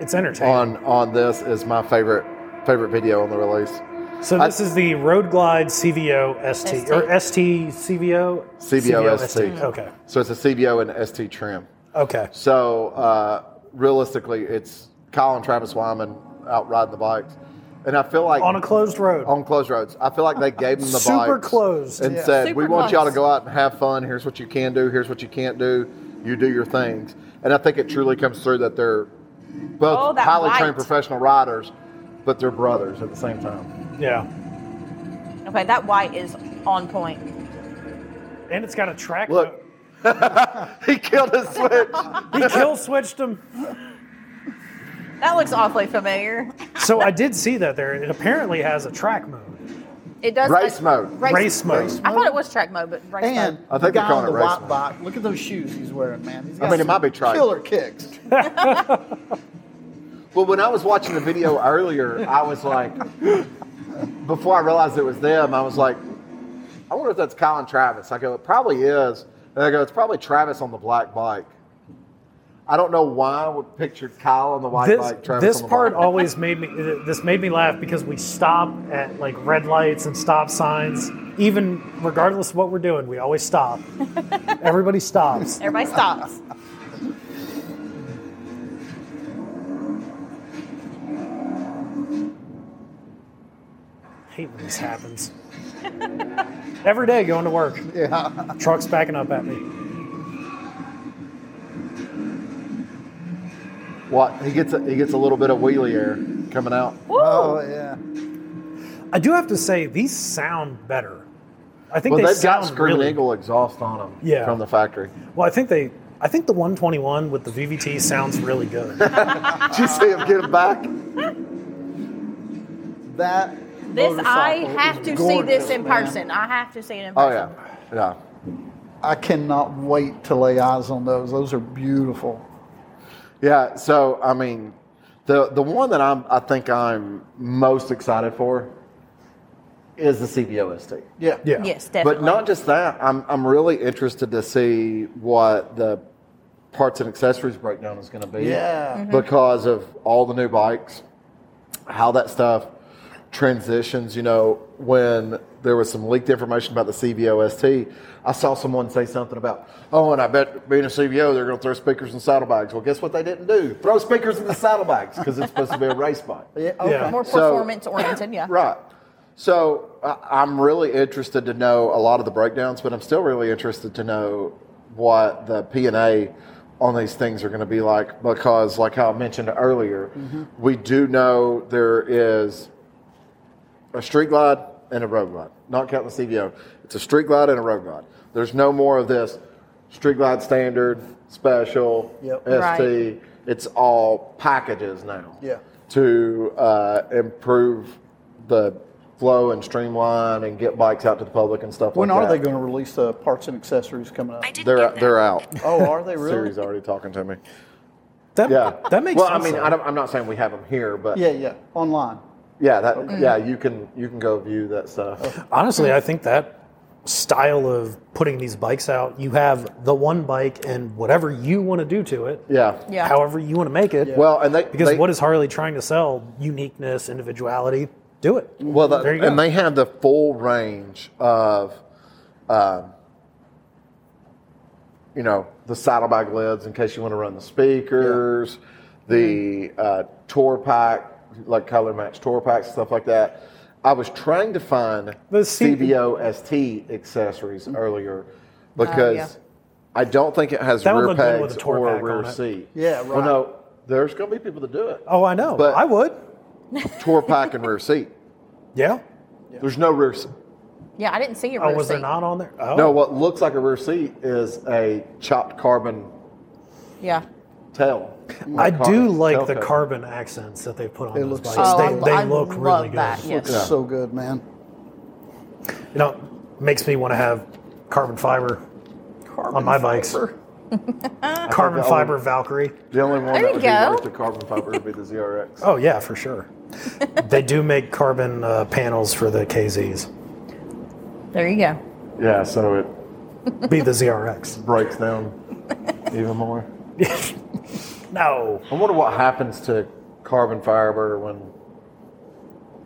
Speaker 3: It's entertaining.
Speaker 4: on on this is my favorite favorite video on the release.
Speaker 3: So
Speaker 4: I-
Speaker 3: this is the Road Glide CVO ST,
Speaker 1: ST.
Speaker 3: or ST CVO
Speaker 4: CVO ST.
Speaker 3: Okay,
Speaker 4: So it's a CVO and ST trim.
Speaker 3: okay.
Speaker 4: So uh, realistically, it's Kyle and Travis Wyman out riding the bikes, and I feel like
Speaker 3: On a closed road.
Speaker 4: on closed roads, I feel like they gave them the
Speaker 3: Super
Speaker 4: bikes
Speaker 3: closed.
Speaker 4: and
Speaker 5: Yeah.
Speaker 4: said,
Speaker 1: Super
Speaker 4: "We want y'all to
Speaker 1: closed.
Speaker 4: go out and have fun. Here's what you can do. Here's what you can't do. You do your things." And I think it truly comes through that they're both
Speaker 1: Oh, that
Speaker 4: highly trained
Speaker 1: bite.
Speaker 4: professional riders, but they're brothers at the same time.
Speaker 3: yeah.
Speaker 1: Okay, that white is on point.
Speaker 3: And it's got a track.
Speaker 4: Look, he killed his switch.
Speaker 3: he kill switched them.
Speaker 1: That looks awfully familiar.
Speaker 3: So I did see that there. It apparently has a track mode.
Speaker 1: It does
Speaker 4: Race mode.
Speaker 1: Race,
Speaker 3: Race mode.
Speaker 5: Race
Speaker 1: I thought it was track mode, but race
Speaker 5: And
Speaker 1: mode.
Speaker 4: I think
Speaker 5: the
Speaker 4: they're
Speaker 5: guy
Speaker 4: calling
Speaker 5: on the
Speaker 4: it race
Speaker 5: white
Speaker 4: mode.
Speaker 5: bike. Look at those shoes he's wearing, man. He's got
Speaker 4: mean, it
Speaker 5: some
Speaker 4: might be tried.
Speaker 5: Killer kicks.
Speaker 4: Well, when I was watching the video earlier, I was like, before I realized it was them, I was like, I wonder if that's Colin Travis. I go, it probably is. And I go, it's probably Travis on the black bike. I don't know why I would picture Kyle on the white
Speaker 3: This,
Speaker 4: bike, Travis
Speaker 3: this
Speaker 4: on the
Speaker 3: part
Speaker 4: black.
Speaker 3: always made me. This made me laugh because we stop at like red lights and stop signs. Even regardless of what we're doing, we always stop. Everybody stops.
Speaker 1: Everybody stops.
Speaker 3: hate when this happens. Every day going to work. Yeah. Truck's backing up at me.
Speaker 4: What he gets, a, he gets a little bit of wheelie air coming out.
Speaker 1: Woo!
Speaker 5: Oh yeah.
Speaker 3: I do have to say these sound better. I think
Speaker 4: Well,
Speaker 3: they
Speaker 4: they've got
Speaker 3: sound
Speaker 4: Screaming
Speaker 3: really.
Speaker 4: Eagle exhaust on them
Speaker 3: Yeah.
Speaker 4: from the factory.
Speaker 3: Well, I think they. I think the 121 with the VVT sounds really good.
Speaker 4: Did you see him get it back?
Speaker 5: That.
Speaker 1: This I
Speaker 5: motorcycle
Speaker 1: have
Speaker 5: is
Speaker 1: to see
Speaker 5: gorgeous,
Speaker 1: this in
Speaker 5: man.
Speaker 1: person. I have to see it in
Speaker 4: Oh,
Speaker 1: person.
Speaker 4: yeah. Yeah.
Speaker 5: I cannot wait to lay eyes on those. Those are beautiful.
Speaker 4: Yeah, so I mean, the the one that I'm I think I'm most excited for is the CBOST.
Speaker 5: Yeah.
Speaker 3: Yeah.
Speaker 1: Yes,
Speaker 4: But
Speaker 1: definitely.
Speaker 4: not just that. I'm I'm really interested to see what the parts and accessories breakdown is going to be.
Speaker 5: Yeah.
Speaker 1: Mm-hmm.
Speaker 4: Because of all the new bikes, how that stuff transitions. You know, when there was some leaked information about the CVOST, I saw someone say something about, oh, and I bet being a CVO, they're going to throw speakers in saddlebags. Well, guess what they didn't do? Throw speakers in the saddlebags because it's supposed to be a race bike.
Speaker 5: Yeah. Okay.
Speaker 3: Yeah.
Speaker 1: More
Speaker 4: So-
Speaker 1: performance oriented, yeah.
Speaker 4: Right. So I, I'm really interested to know a lot of the breakdowns, but I'm still really interested to know what the P and A on these things are going to be like because, like how I mentioned earlier,
Speaker 1: Mm-hmm.
Speaker 4: we do know there is a street glide and a road glide, not counting the CVO. It's a street glide and a road glide. There's no more of this street glide standard, special,
Speaker 5: Yep.
Speaker 4: ST.
Speaker 1: Right.
Speaker 4: It's all packages now
Speaker 5: Yeah.
Speaker 4: to uh, improve the flow and streamline and get bikes out to the public and stuff
Speaker 5: When
Speaker 4: like
Speaker 5: are
Speaker 4: that.
Speaker 5: they going to release the parts and accessories coming up?
Speaker 4: to? They're they're out.
Speaker 5: Oh, are they really?
Speaker 4: Siri's already talking to me.
Speaker 3: That,
Speaker 4: Yeah,
Speaker 3: That makes
Speaker 4: well.
Speaker 3: sense.
Speaker 4: I mean,
Speaker 3: though.
Speaker 4: I don't, I'm not saying we have them here, but
Speaker 5: Yeah,
Speaker 4: yeah,
Speaker 5: yeah. Online.
Speaker 4: yeah, that, yeah. You can you can go view that stuff.
Speaker 3: Honestly, I think that style of putting these bikes out, you have the one bike and whatever you want to do to it,
Speaker 4: Yeah.
Speaker 1: Yeah.
Speaker 3: however you want to make it.
Speaker 4: Well, and they
Speaker 3: Because
Speaker 4: they,
Speaker 3: what is Harley trying to sell? Uniqueness, individuality. Do it.
Speaker 4: Well, the,
Speaker 3: There you
Speaker 4: and
Speaker 3: go.
Speaker 4: they have the full range of, um, you know, the saddlebag lids in case you want to run the speakers, the
Speaker 3: Mm-hmm.
Speaker 4: uh, tour pack, like color match tour packs, stuff like that. I was trying to find
Speaker 3: The C- Mm-hmm. Uh,
Speaker 4: CBOST accessories earlier because
Speaker 1: yeah.
Speaker 4: I don't think it has
Speaker 3: That would
Speaker 4: rear
Speaker 3: look good with
Speaker 4: pegs
Speaker 3: a tour
Speaker 4: or a
Speaker 3: pack
Speaker 4: rear
Speaker 3: on it.
Speaker 4: seat.
Speaker 5: Yeah,
Speaker 4: Well,
Speaker 5: right.
Speaker 4: no, there's going to be people that do it.
Speaker 3: oh, I know.
Speaker 4: But-
Speaker 3: I would.
Speaker 4: Tour pack and rear seat.
Speaker 3: Yeah.
Speaker 4: There's no rear seat.
Speaker 1: Yeah, I didn't see your
Speaker 3: Oh,
Speaker 1: rear
Speaker 3: was there
Speaker 1: seat.
Speaker 3: not on there? Oh.
Speaker 4: No, what looks like a rear seat is a chopped carbon
Speaker 1: Yeah.
Speaker 4: tail.
Speaker 3: I do
Speaker 4: Like carbon
Speaker 3: like
Speaker 4: tail
Speaker 3: the
Speaker 4: coat.
Speaker 3: carbon accents that they put on
Speaker 5: They
Speaker 3: those
Speaker 5: look
Speaker 3: bikes.
Speaker 5: so
Speaker 1: Oh,
Speaker 3: they
Speaker 1: I-
Speaker 3: they
Speaker 1: I
Speaker 3: look
Speaker 1: love
Speaker 3: really good.
Speaker 1: that, yes.
Speaker 5: Looks so good, man.
Speaker 3: You know, makes me want to have carbon fiber on my bikes. carbon
Speaker 4: that
Speaker 3: fiber
Speaker 4: one-
Speaker 3: Valkyrie.
Speaker 4: The only
Speaker 1: There
Speaker 4: one that
Speaker 1: you
Speaker 4: would
Speaker 1: go.
Speaker 4: be worth the carbon fiber would be the ZRX.
Speaker 3: Oh yeah, for sure. they do make carbon uh, panels for the KZs.
Speaker 1: There you go.
Speaker 4: Yeah, so it
Speaker 3: be the ZRX.
Speaker 4: breaks down even more.
Speaker 3: No.
Speaker 4: I wonder what happens to carbon fiber when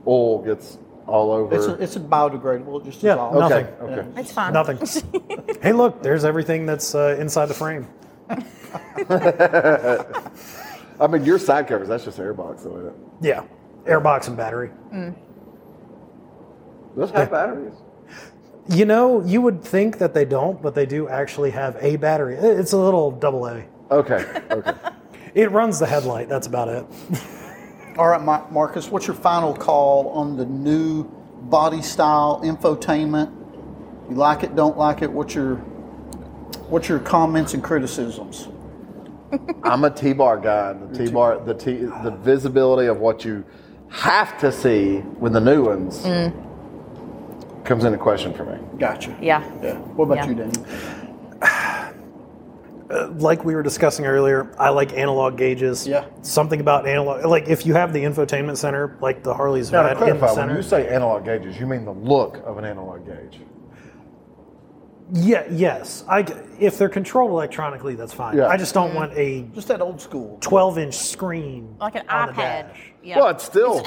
Speaker 4: oil gets all over.
Speaker 5: It's, a, it's a biodegradable. It just
Speaker 3: Yeah,
Speaker 5: dissolves.
Speaker 3: no.
Speaker 4: okay,
Speaker 3: nothing.
Speaker 4: okay.
Speaker 1: It's fine.
Speaker 3: Nothing. hey, look, there's everything that's uh, inside the frame.
Speaker 4: I mean, your side covers, that's just airbox, though, isn't it?
Speaker 3: Yeah. Airbox and battery.
Speaker 4: Those have batteries.
Speaker 3: You know, you would think that they don't, but they do actually have a battery. I- It's a little double A.
Speaker 4: Okay, okay.
Speaker 3: It runs the headlight. That's about it.
Speaker 5: All right, Mar- Marcus, what's your final call on the new body style infotainment? You like it, don't like it? What's your what's your comments and criticisms?
Speaker 4: I'm a T-bar guy. and The T-bar, the T, the visibility of what you have to see with the new ones
Speaker 3: Mm.
Speaker 4: comes into question for me.
Speaker 5: Gotcha.
Speaker 1: Yeah.
Speaker 5: Yeah. What about
Speaker 1: Yeah.
Speaker 5: you, Danny?
Speaker 3: Like we were discussing earlier, I like analog gauges.
Speaker 5: Yeah.
Speaker 3: Something about analog, like if you have the infotainment center, like the Harley's
Speaker 4: Now,
Speaker 3: had
Speaker 4: to
Speaker 3: in
Speaker 4: clarify,
Speaker 3: the
Speaker 4: when
Speaker 3: center.
Speaker 4: you say analog gauges, you mean the look of an analog gauge.
Speaker 3: yeah. Yes. I. g- If they're controlled electronically, that's fine.
Speaker 4: Yeah.
Speaker 3: I just don't want a
Speaker 5: Just that old school.
Speaker 3: 12 inch screen
Speaker 1: Mm-hmm. Like an
Speaker 3: on the
Speaker 1: iPad.
Speaker 3: dash.
Speaker 1: Yeah.
Speaker 4: Well, it's still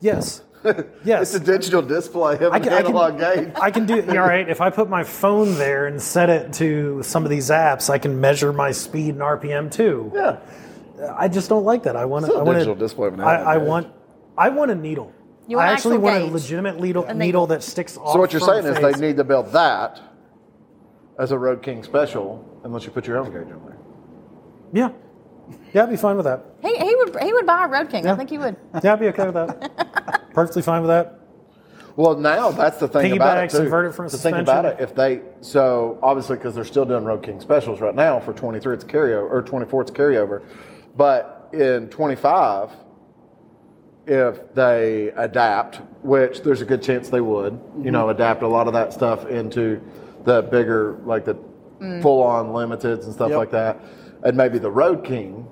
Speaker 3: Yes. Yes.
Speaker 4: it's a digital display of
Speaker 3: I
Speaker 4: an
Speaker 3: can- I can-
Speaker 4: analog gauge.
Speaker 3: I can do all right. If I put my phone there and set it to some of these apps, I can measure my speed and RPM too.
Speaker 4: Yeah,
Speaker 3: I just don't like that. I want
Speaker 4: Still
Speaker 3: I want
Speaker 4: digital display of an
Speaker 3: I,
Speaker 4: analog
Speaker 3: I
Speaker 4: gauge.
Speaker 3: want I want a needle.
Speaker 1: You want
Speaker 3: I
Speaker 1: an
Speaker 3: actually
Speaker 1: actual
Speaker 3: want
Speaker 1: gauge.
Speaker 3: a legitimate needle,
Speaker 1: A
Speaker 3: needle.
Speaker 1: needle.
Speaker 3: that sticks off.
Speaker 4: So what you're
Speaker 3: from
Speaker 4: saying
Speaker 3: the
Speaker 4: is they
Speaker 3: face.
Speaker 4: need to build that as a Road King special, unless you put your own gauge on there.
Speaker 3: Yeah. Yeah, I'd be fine with that.
Speaker 1: he, he would he would buy a Road King. I
Speaker 3: Yeah.
Speaker 1: think he would.
Speaker 3: Yeah, I'd be okay with that. Perfectly fine with that.
Speaker 4: Well, now that's the thing about it
Speaker 3: Piggybacks
Speaker 4: too.
Speaker 3: inverted from
Speaker 4: the thing about it,
Speaker 3: suspension.
Speaker 4: if they so obviously because they're still doing Road King specials right now for 23, it's carryover or 24, it's carryover, but in 25, if they adapt, which there's a good chance they would, you know, adapt a lot of that stuff into the bigger like the full-on limiteds and stuff
Speaker 5: Yep.
Speaker 4: like that, and maybe the Road King.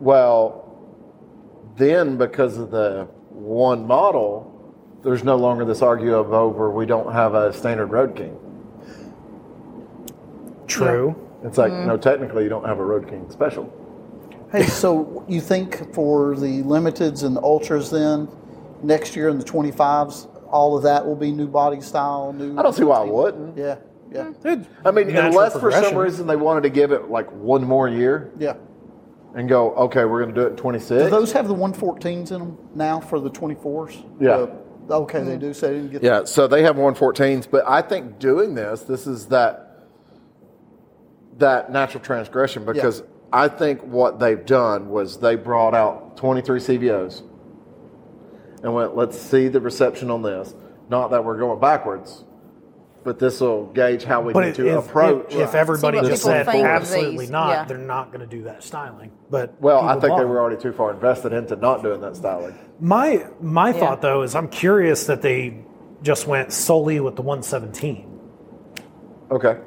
Speaker 4: Well, then because of the one model, there's no longer this argue of over we don't have a standard Road King.
Speaker 3: True.
Speaker 4: It's like no, technically you don't have a Road King special.
Speaker 5: Hey, so you think for the limiteds and the ultras then next year and the 25s, all of that will be new body style, new
Speaker 4: I don't see why I wouldn't.
Speaker 5: Yeah. Yeah.
Speaker 1: Hmm.
Speaker 4: I mean,
Speaker 3: Natural
Speaker 4: unless for some
Speaker 3: progression.
Speaker 4: reason they wanted to give it like one more year
Speaker 5: Yeah.
Speaker 4: and go, okay, we're going to do it in 26.
Speaker 5: Do those have the 114s in them now for the 24s?
Speaker 4: Yeah.
Speaker 5: The- okay,
Speaker 1: Hmm.
Speaker 5: they do. So they didn't get
Speaker 4: Yeah, so they have 114s, but I think doing this, this is that that natural transgression because I think what they've done was they brought out 23 CVOs and went, let's see the reception on this. Not that we're going backwards, but this will gauge how we
Speaker 3: But
Speaker 4: need
Speaker 3: if,
Speaker 4: to
Speaker 3: if,
Speaker 4: approach.
Speaker 3: if everybody
Speaker 1: See what
Speaker 3: just
Speaker 4: people
Speaker 3: said
Speaker 4: think of
Speaker 3: absolutely
Speaker 1: these,
Speaker 3: not,
Speaker 1: yeah.
Speaker 3: they're not going to do that styling. But
Speaker 4: well, I think
Speaker 3: people
Speaker 4: they
Speaker 3: are.
Speaker 4: were already too far invested into not doing that styling.
Speaker 3: My my
Speaker 1: Yeah.
Speaker 3: thought though is I'm curious that they just went solely with the 117.
Speaker 4: Okay.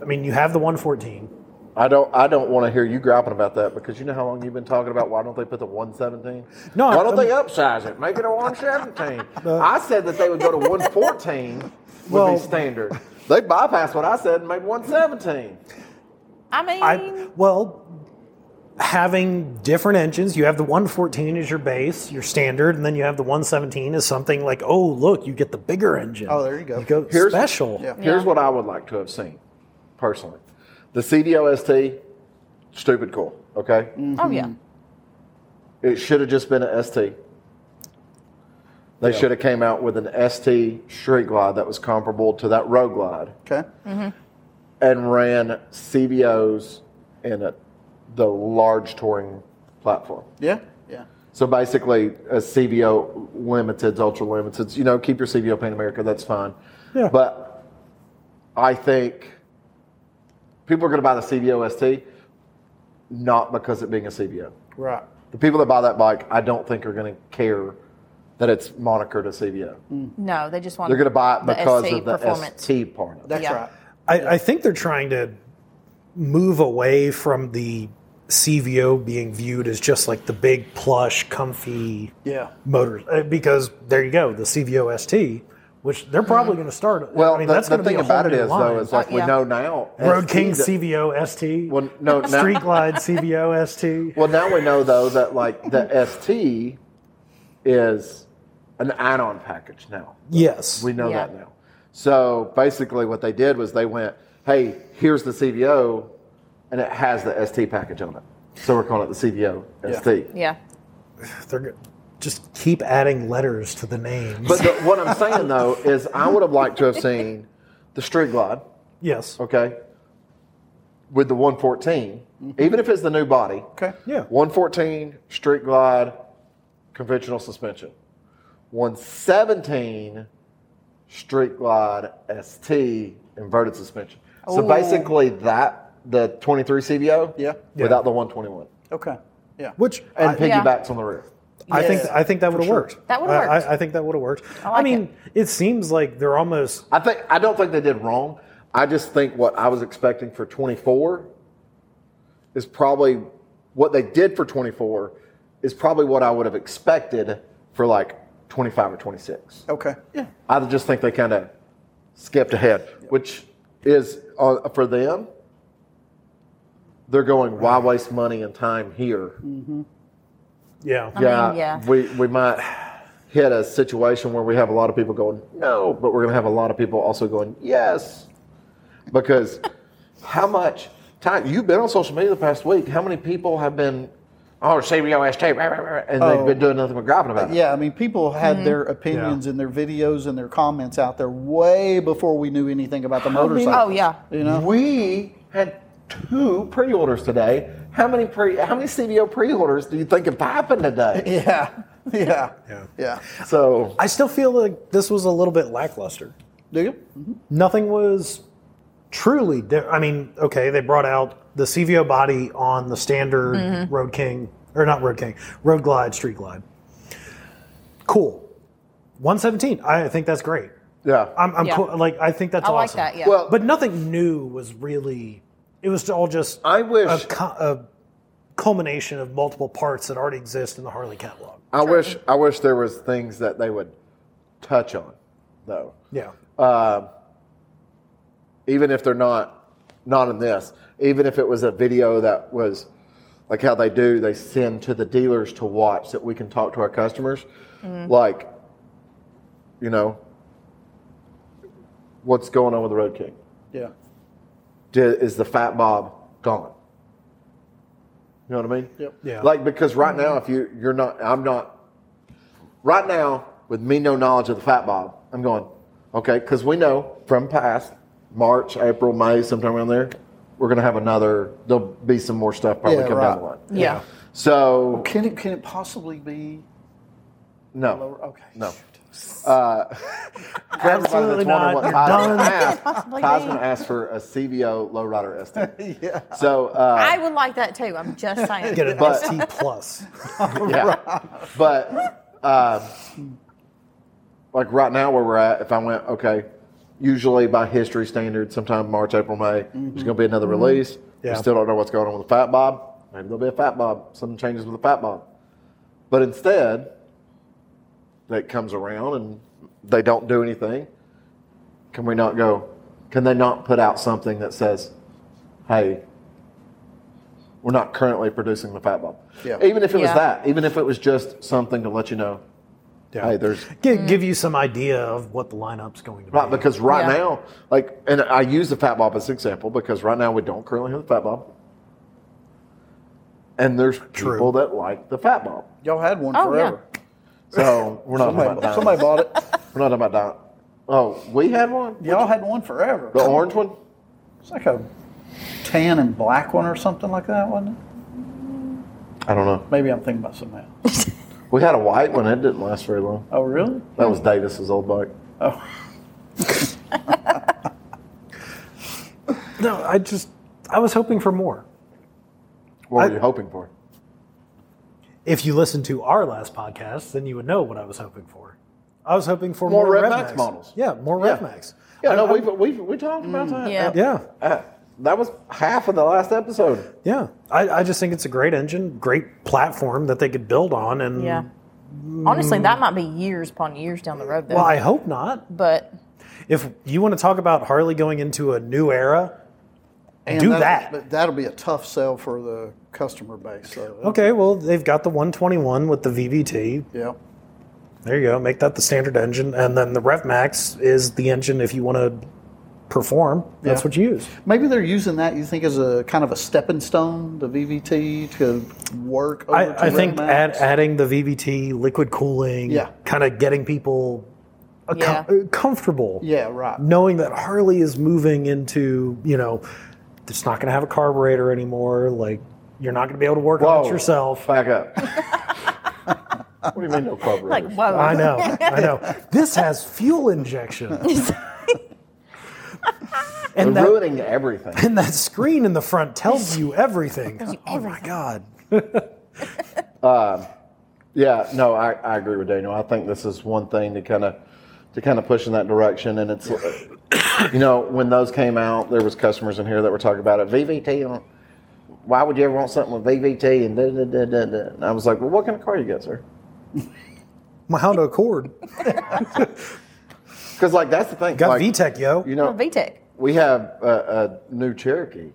Speaker 3: I mean, you have the 114.
Speaker 4: I don't. I don't want to hear you griping about that because you know how long you've been talking about. Why don't they put the one seventeen?
Speaker 3: No,
Speaker 4: Why don't
Speaker 3: I'm-
Speaker 4: they upsize it? Make it a one seventeen. I said that they would go to one fourteen would
Speaker 3: Well-
Speaker 4: be standard. They bypassed what I said and made one seventeen.
Speaker 1: I mean,
Speaker 3: I well, having different engines, you have the 114 as your base, your standard, and then you have the 117 as something like, oh look, you get the bigger engine.
Speaker 5: Oh, there you go.
Speaker 3: You go
Speaker 4: Here's-
Speaker 3: special.
Speaker 5: Yeah.
Speaker 4: Here's what I would like to have seen, personally. The CDOST, stupid cool. Okay,
Speaker 1: oh yeah.
Speaker 4: Mm-hmm. it should have just been an ST. They should have came out with an ST Street Glide that was comparable to that Road Glide.
Speaker 5: Okay.
Speaker 1: Hmm.
Speaker 4: and ran CBOs in a, the large touring platform.
Speaker 5: Yeah. Yeah.
Speaker 4: So basically, a CBO limiteds, ultra limiteds, you know, keep your CBO Pan America, that's fine.
Speaker 3: Yeah.
Speaker 4: But I think people are going to buy the CBO ST not because it being a CBO.
Speaker 5: Right.
Speaker 4: The people that buy that bike, I don't think are going to care that it's monikered a CBO.
Speaker 1: No, they just want.
Speaker 4: They're going to buy it
Speaker 1: Mm. the
Speaker 4: because
Speaker 1: SC
Speaker 4: of the
Speaker 1: performance.
Speaker 4: ST part. of it.
Speaker 5: That's
Speaker 1: Yeah.
Speaker 5: right.
Speaker 3: I, I think they're trying to move away from the CVO being viewed as just like the big plush, comfy
Speaker 5: Yeah.
Speaker 3: motors uh, because there you go the cvost which they're probably going to start.
Speaker 4: Well,
Speaker 3: I mean,
Speaker 4: the,
Speaker 3: that's
Speaker 4: the
Speaker 3: going to be
Speaker 4: thing
Speaker 3: a whole
Speaker 4: about it
Speaker 3: new
Speaker 4: is,
Speaker 3: line.
Speaker 4: though, is like we
Speaker 1: yeah.
Speaker 4: know now.
Speaker 3: Road
Speaker 4: ST
Speaker 3: King
Speaker 4: that-
Speaker 3: CVO ST,
Speaker 4: Well, no, now,
Speaker 3: Street Glide CVO ST.
Speaker 4: Well, now we know though that like the ST is an add-on package now.
Speaker 3: Yes.
Speaker 4: We know
Speaker 1: Yeah.
Speaker 4: that now. So basically, what they did was they went, "Hey, here's the CVO, and it has the ST package on it." So we're calling it the CVO ST.
Speaker 1: Yeah.
Speaker 3: They're go- just keep adding letters to the names.
Speaker 4: But the, what I'm saying though is, I would have liked to have seen the Street Glide,
Speaker 3: yes.
Speaker 4: okay, with the 114, even if it's the new body.
Speaker 5: Okay.
Speaker 3: Yeah.
Speaker 4: 114 street glide conventional suspension 117 street glide st inverted suspension so basically that the 23 cvo
Speaker 5: Yeah.
Speaker 4: without the 121
Speaker 5: Okay. Yeah.
Speaker 3: Which
Speaker 4: and
Speaker 3: I,
Speaker 1: Yeah.
Speaker 4: piggybacks on the rear
Speaker 3: I think
Speaker 5: Yeah.
Speaker 3: I think that would have
Speaker 5: sure.
Speaker 3: worked.
Speaker 1: That would've
Speaker 3: I- I-
Speaker 1: worked.
Speaker 3: I, think that would have worked. I,
Speaker 1: like
Speaker 3: mean, it. seems like they're almost
Speaker 4: i think i don't think they did wrong i just think what i was expecting for 24 is probably what they did for 24 is probably what i would have expected for like 25 or 26
Speaker 5: Okay. Yeah.
Speaker 4: I just think they kind of skipped ahead, which is uh, for them. They're going. Why waste money and time here?
Speaker 3: yeah.
Speaker 1: mean, yeah.
Speaker 4: we we might hit a situation where we have a lot of people going no, but we're going to have a lot of people also going yes, because how much time you've been on social media the past week? How many people have been? Oh, CBOS tape, rah, rah, rah," and they've been doing nothing but griping about it.
Speaker 5: Oh. Yeah, I mean, people had
Speaker 1: Hmm.
Speaker 5: their opinions and their videos and their comments out there way before we knew anything about the motorcycle.
Speaker 1: Oh yeah.
Speaker 5: You know?
Speaker 4: We had two pre-orders today. How many pre? How many CBO pre-orders do you think have happened today?
Speaker 5: Yeah. Yeah.
Speaker 3: Yeah.
Speaker 5: Yeah.
Speaker 4: So
Speaker 3: I still feel like this was a little bit lackluster.
Speaker 5: Do you? Mhm.
Speaker 3: nothing was truly di- i mean okay they brought out the cvo body on the standard
Speaker 1: Mm-hmm.
Speaker 3: road king or not road king road glide street glide cool 117 i think that's great
Speaker 4: yeah,
Speaker 3: i'm, I'm
Speaker 1: Yeah.
Speaker 3: cool, like i think that's
Speaker 1: I like
Speaker 3: awesome
Speaker 1: that. Yeah.
Speaker 4: Well-
Speaker 3: but nothing new was really it was all just
Speaker 4: I wish-
Speaker 3: a, cu- a culmination of multiple parts that already exist in the harley catalog
Speaker 4: I wish I wish there was things that they would touch on, though.
Speaker 3: yeah
Speaker 4: Even if they're not not in this, even if it was a video that was like how they do, they send to the dealers to watch that we can talk to our customers, like you know what's going on with the Road King.
Speaker 5: Yeah.
Speaker 4: did, is the fat bob gone? You know what I mean?
Speaker 5: Yep.
Speaker 3: Yeah.
Speaker 4: Like because right now, if you you're not, I'm not. Right now, with me no knowledge of the fat bob, I'm going okay because we know from past March, April, May, sometime around there, we're gonna have another. There'll be some more stuff probably
Speaker 5: Yeah,
Speaker 4: come down the
Speaker 5: right.
Speaker 4: line.
Speaker 1: yeah.
Speaker 4: So
Speaker 5: Can it can it possibly be
Speaker 4: no,
Speaker 5: lower? Okay.
Speaker 4: no.
Speaker 5: shoot.
Speaker 4: For everybody
Speaker 3: Absolutely
Speaker 4: that's wondering
Speaker 3: not.
Speaker 4: what
Speaker 3: You're done.
Speaker 4: Ty's Ty's gonna ask for a CVO lowrider estimate. yeah. So uh,
Speaker 1: I would like that too. I'm just saying.
Speaker 3: get an
Speaker 4: But-
Speaker 3: st plus
Speaker 4: Yeah. But um, like right now where we're at, if I went, okay, usually by history standard, sometime March, April, May, there's going to be another release.
Speaker 3: Yeah.
Speaker 4: We still don't know what's going on with the Fat Bob. Maybe there'll be a Fat Bob, some changes with the Fat Bob. But instead, that comes around and they don't do anything. Can we not go? Can they not put out something that says, hey, we're not currently producing the Fat Bob?
Speaker 5: Yeah.
Speaker 4: Even if it was
Speaker 1: Yeah.
Speaker 4: that, even if it was just something to let you know,
Speaker 3: yeah
Speaker 4: hey, there's
Speaker 3: give, give you some idea of what the lineup's going to be
Speaker 4: right because right
Speaker 1: Yeah.
Speaker 4: now, like, and I use the Fat Bob as an example because right now we don't currently have the Fat Bob, and there's
Speaker 3: True.
Speaker 4: people that like the Fat Bob,
Speaker 5: Y'all had one
Speaker 1: Oh,
Speaker 5: forever.
Speaker 4: so we're not talking about
Speaker 5: Somebody,
Speaker 4: that.
Speaker 5: somebody bought it.
Speaker 4: We're not talking about that. Oh, we had one.
Speaker 5: Y'all had one forever.
Speaker 4: The orange one.
Speaker 5: It's like a tan and black one or something like that, wasn't it?
Speaker 4: I don't know.
Speaker 5: Maybe I'm thinking about something else.
Speaker 4: We had a white one. It didn't last very long.
Speaker 5: Oh, really? Oh.
Speaker 4: That was Davis's old bike.
Speaker 3: No, I just I was hoping for more.
Speaker 4: What
Speaker 3: I-
Speaker 4: were you hoping for?
Speaker 3: If you listened to our last podcast, then you would know what I was hoping for. I was hoping for
Speaker 4: More
Speaker 3: more,
Speaker 4: Rev
Speaker 3: Rev
Speaker 4: Max
Speaker 3: Max
Speaker 4: models.
Speaker 3: Yeah, more
Speaker 4: Yeah.
Speaker 3: Rev Max.
Speaker 4: Yeah,
Speaker 3: I-
Speaker 4: no,
Speaker 3: I-
Speaker 4: we've, we've we talked about that.
Speaker 1: Mm, Yeah.
Speaker 3: yeah,
Speaker 4: Uh, that was half of the last episode.
Speaker 3: yeah. I, I just think it's a great engine, great platform that they could build on, and
Speaker 1: Yeah. Honestly, that might be years upon years down the road, though.
Speaker 3: Well, I hope not.
Speaker 1: But
Speaker 3: If you want to talk about Harley going into a new era, do that.
Speaker 5: But that'll be a tough sell for the customer base. So,
Speaker 3: Okay, well, they've got the 121 with the VVT.
Speaker 5: Yeah.
Speaker 3: There you go. Make that the standard engine. And then the Rev Max is the engine if you want to perform. That's
Speaker 5: Yeah.
Speaker 3: what you use.
Speaker 5: Maybe they're using that. You think as a kind of a stepping stone, the VVT to work. Over to
Speaker 3: I, I think
Speaker 5: Red
Speaker 3: add,
Speaker 5: Max?
Speaker 3: adding the VVT, liquid cooling,
Speaker 5: Yeah.
Speaker 3: kind of getting people uh, com- uh, comfortable.
Speaker 5: Yeah. Right.
Speaker 3: knowing that Harley is moving into, you know, it's not going to have a carburetor anymore. Like, you're not going to be able to work on it
Speaker 4: Whoa.
Speaker 3: yourself.
Speaker 4: Back up. what do you mean no carburetors?
Speaker 1: like, whoa,
Speaker 3: I know, I know. This has fuel injection.
Speaker 4: They're
Speaker 3: and, that,
Speaker 4: ruining everything.
Speaker 3: and that screen in the front tells you everything. Oh my God.
Speaker 4: Yeah, no, I, I agree with Daniel. I think this is one thing to kind of to kind of push in that direction, and it's you know when those came out, there was customers in here that were talking about it. VVT, on- why would you ever want something with VVT? And da, da, da, da, da. And I was like, well, what kind of car you got, sir?
Speaker 3: My Honda Accord
Speaker 4: Because like that's the thing.
Speaker 3: got
Speaker 4: like,
Speaker 3: VTEC, yo.
Speaker 4: You
Speaker 1: oh,
Speaker 4: know,
Speaker 1: VTEC.
Speaker 4: we have a, a new Cherokee.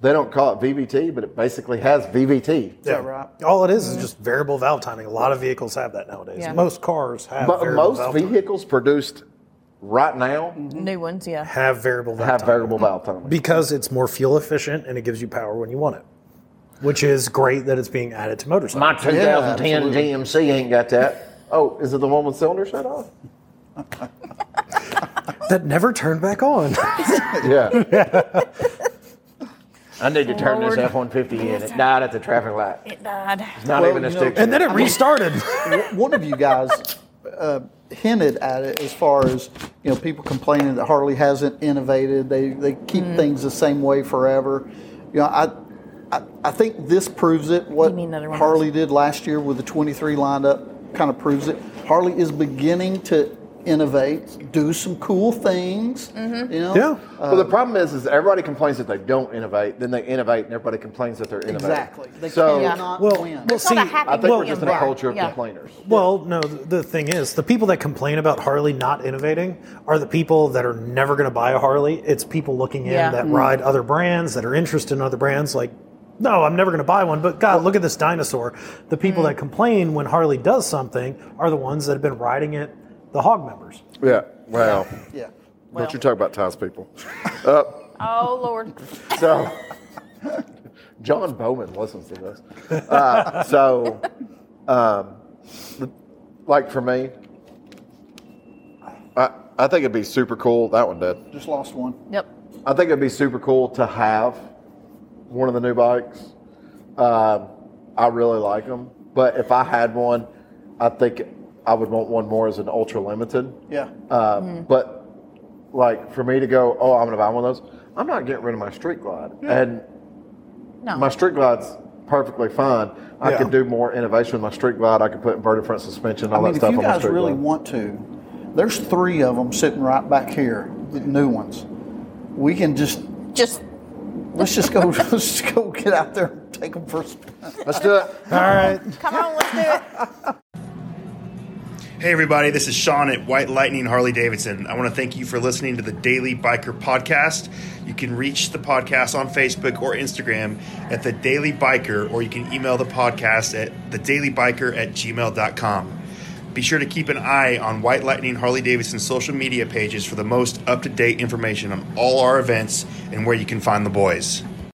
Speaker 4: They don't call it VVT, but it basically has VVT.
Speaker 5: Yeah. Right.
Speaker 3: All it is is just variable valve timing. A lot of vehicles have that nowadays.
Speaker 1: Yeah.
Speaker 3: Most cars have
Speaker 4: But
Speaker 3: variable
Speaker 4: most
Speaker 3: valve timing.
Speaker 4: vehicles produced right now
Speaker 1: New ones, yeah.
Speaker 3: have variable valve
Speaker 4: have
Speaker 3: timing.
Speaker 4: variable valve timing.
Speaker 3: because it's more fuel efficient and it gives you power when you want it, which is great that it's being adddded to motorcycles.
Speaker 4: My 2010
Speaker 5: absolutely.
Speaker 4: GMC ain't got that. Oh, is it the one with cylinder shut off?
Speaker 3: that never turned back on.
Speaker 4: Yeah. I need to turn
Speaker 1: Lord.
Speaker 4: this F 150 in. It died at the traffic light.
Speaker 1: It died.
Speaker 4: It's not
Speaker 5: Well,
Speaker 4: even a
Speaker 5: you know,
Speaker 4: stick.
Speaker 3: and then it restarted.
Speaker 5: One of you guys uh, hinted at it as far as you know people complaining that Harley hasn't innovated. They they keep
Speaker 1: Mm.
Speaker 5: things the same way forever. You know, I I, I think this proves it. What
Speaker 1: Give me another one.
Speaker 5: Harley did last year with the 23 lineup kind of proves it. Harley is beginning to innovate, do some cool things.
Speaker 1: Mm-hmm.
Speaker 5: You know,
Speaker 3: yeah.
Speaker 4: well, the problem is, is everybody complains that they don't innovate, then they innovate, and everybody complains that they're innovating.
Speaker 5: exactly. They
Speaker 4: so
Speaker 5: cannot
Speaker 3: Well,
Speaker 5: win.
Speaker 3: well, see,
Speaker 1: not a happy
Speaker 4: I think
Speaker 3: well,
Speaker 4: we're just in a
Speaker 1: Right.
Speaker 4: culture of
Speaker 1: Yeah.
Speaker 4: complainers.
Speaker 3: well, no, the the thing is, the people that complain about Harley not innovating are the people that are never going to buy a Harley. It's people looking in
Speaker 1: Yeah.
Speaker 3: that ride other brands, that are interested in other brands, like, no, I'm never going to buy one, but God, look at this dinosaur. The people that complain when Harley does something are the ones that have been riding it, the hog members.
Speaker 4: Yeah. Wow.
Speaker 5: yeah.
Speaker 1: Well. you
Speaker 4: talking about, Ties people.
Speaker 1: Oh, Lord.
Speaker 4: So, John Bowman listens to this. Uh, so, um, the- like for me, I, I think it'd be super cool. That one did.
Speaker 5: Just lost one.
Speaker 1: Yep.
Speaker 4: I think it'd be super cool to have one of the new bikes. Um, I really like them, but if I had one, I think I would want one more as an ultra limited.
Speaker 5: Yeah.
Speaker 4: Uh, But like for me to go, oh, I'm gonna buy one of those. I'm not getting rid of my Street Glide, and
Speaker 1: No.
Speaker 4: my Street Glide's perfectly fine. I
Speaker 3: Yeah.
Speaker 4: could do more innovation with my Street Glide. I could put inverted front suspension, all
Speaker 5: I mean,
Speaker 4: that
Speaker 5: if
Speaker 4: stuff
Speaker 5: you
Speaker 4: on my
Speaker 5: guys
Speaker 4: Street
Speaker 5: really
Speaker 4: Glide.
Speaker 5: want to, there's three of them sitting right back here, the new ones. We can just
Speaker 1: Just,
Speaker 5: let's just go let's just go get out there and take them for a spin.
Speaker 4: Let's do it.
Speaker 3: All right.
Speaker 1: come on, let's do it.
Speaker 11: Hey, everybody, this is Sean at White Lightning Harley Davidson. I want to thank you for listening to the Daily Biker Podcast. You can reach the podcast on Facebook or Instagram at The Daily Biker, or you can email the podcast at TheDailyBiker at gmail.com. Be sure to keep an eye on White Lightning Harley Davidson's social media pages for the most up to date information on all our events and where you can find the boys.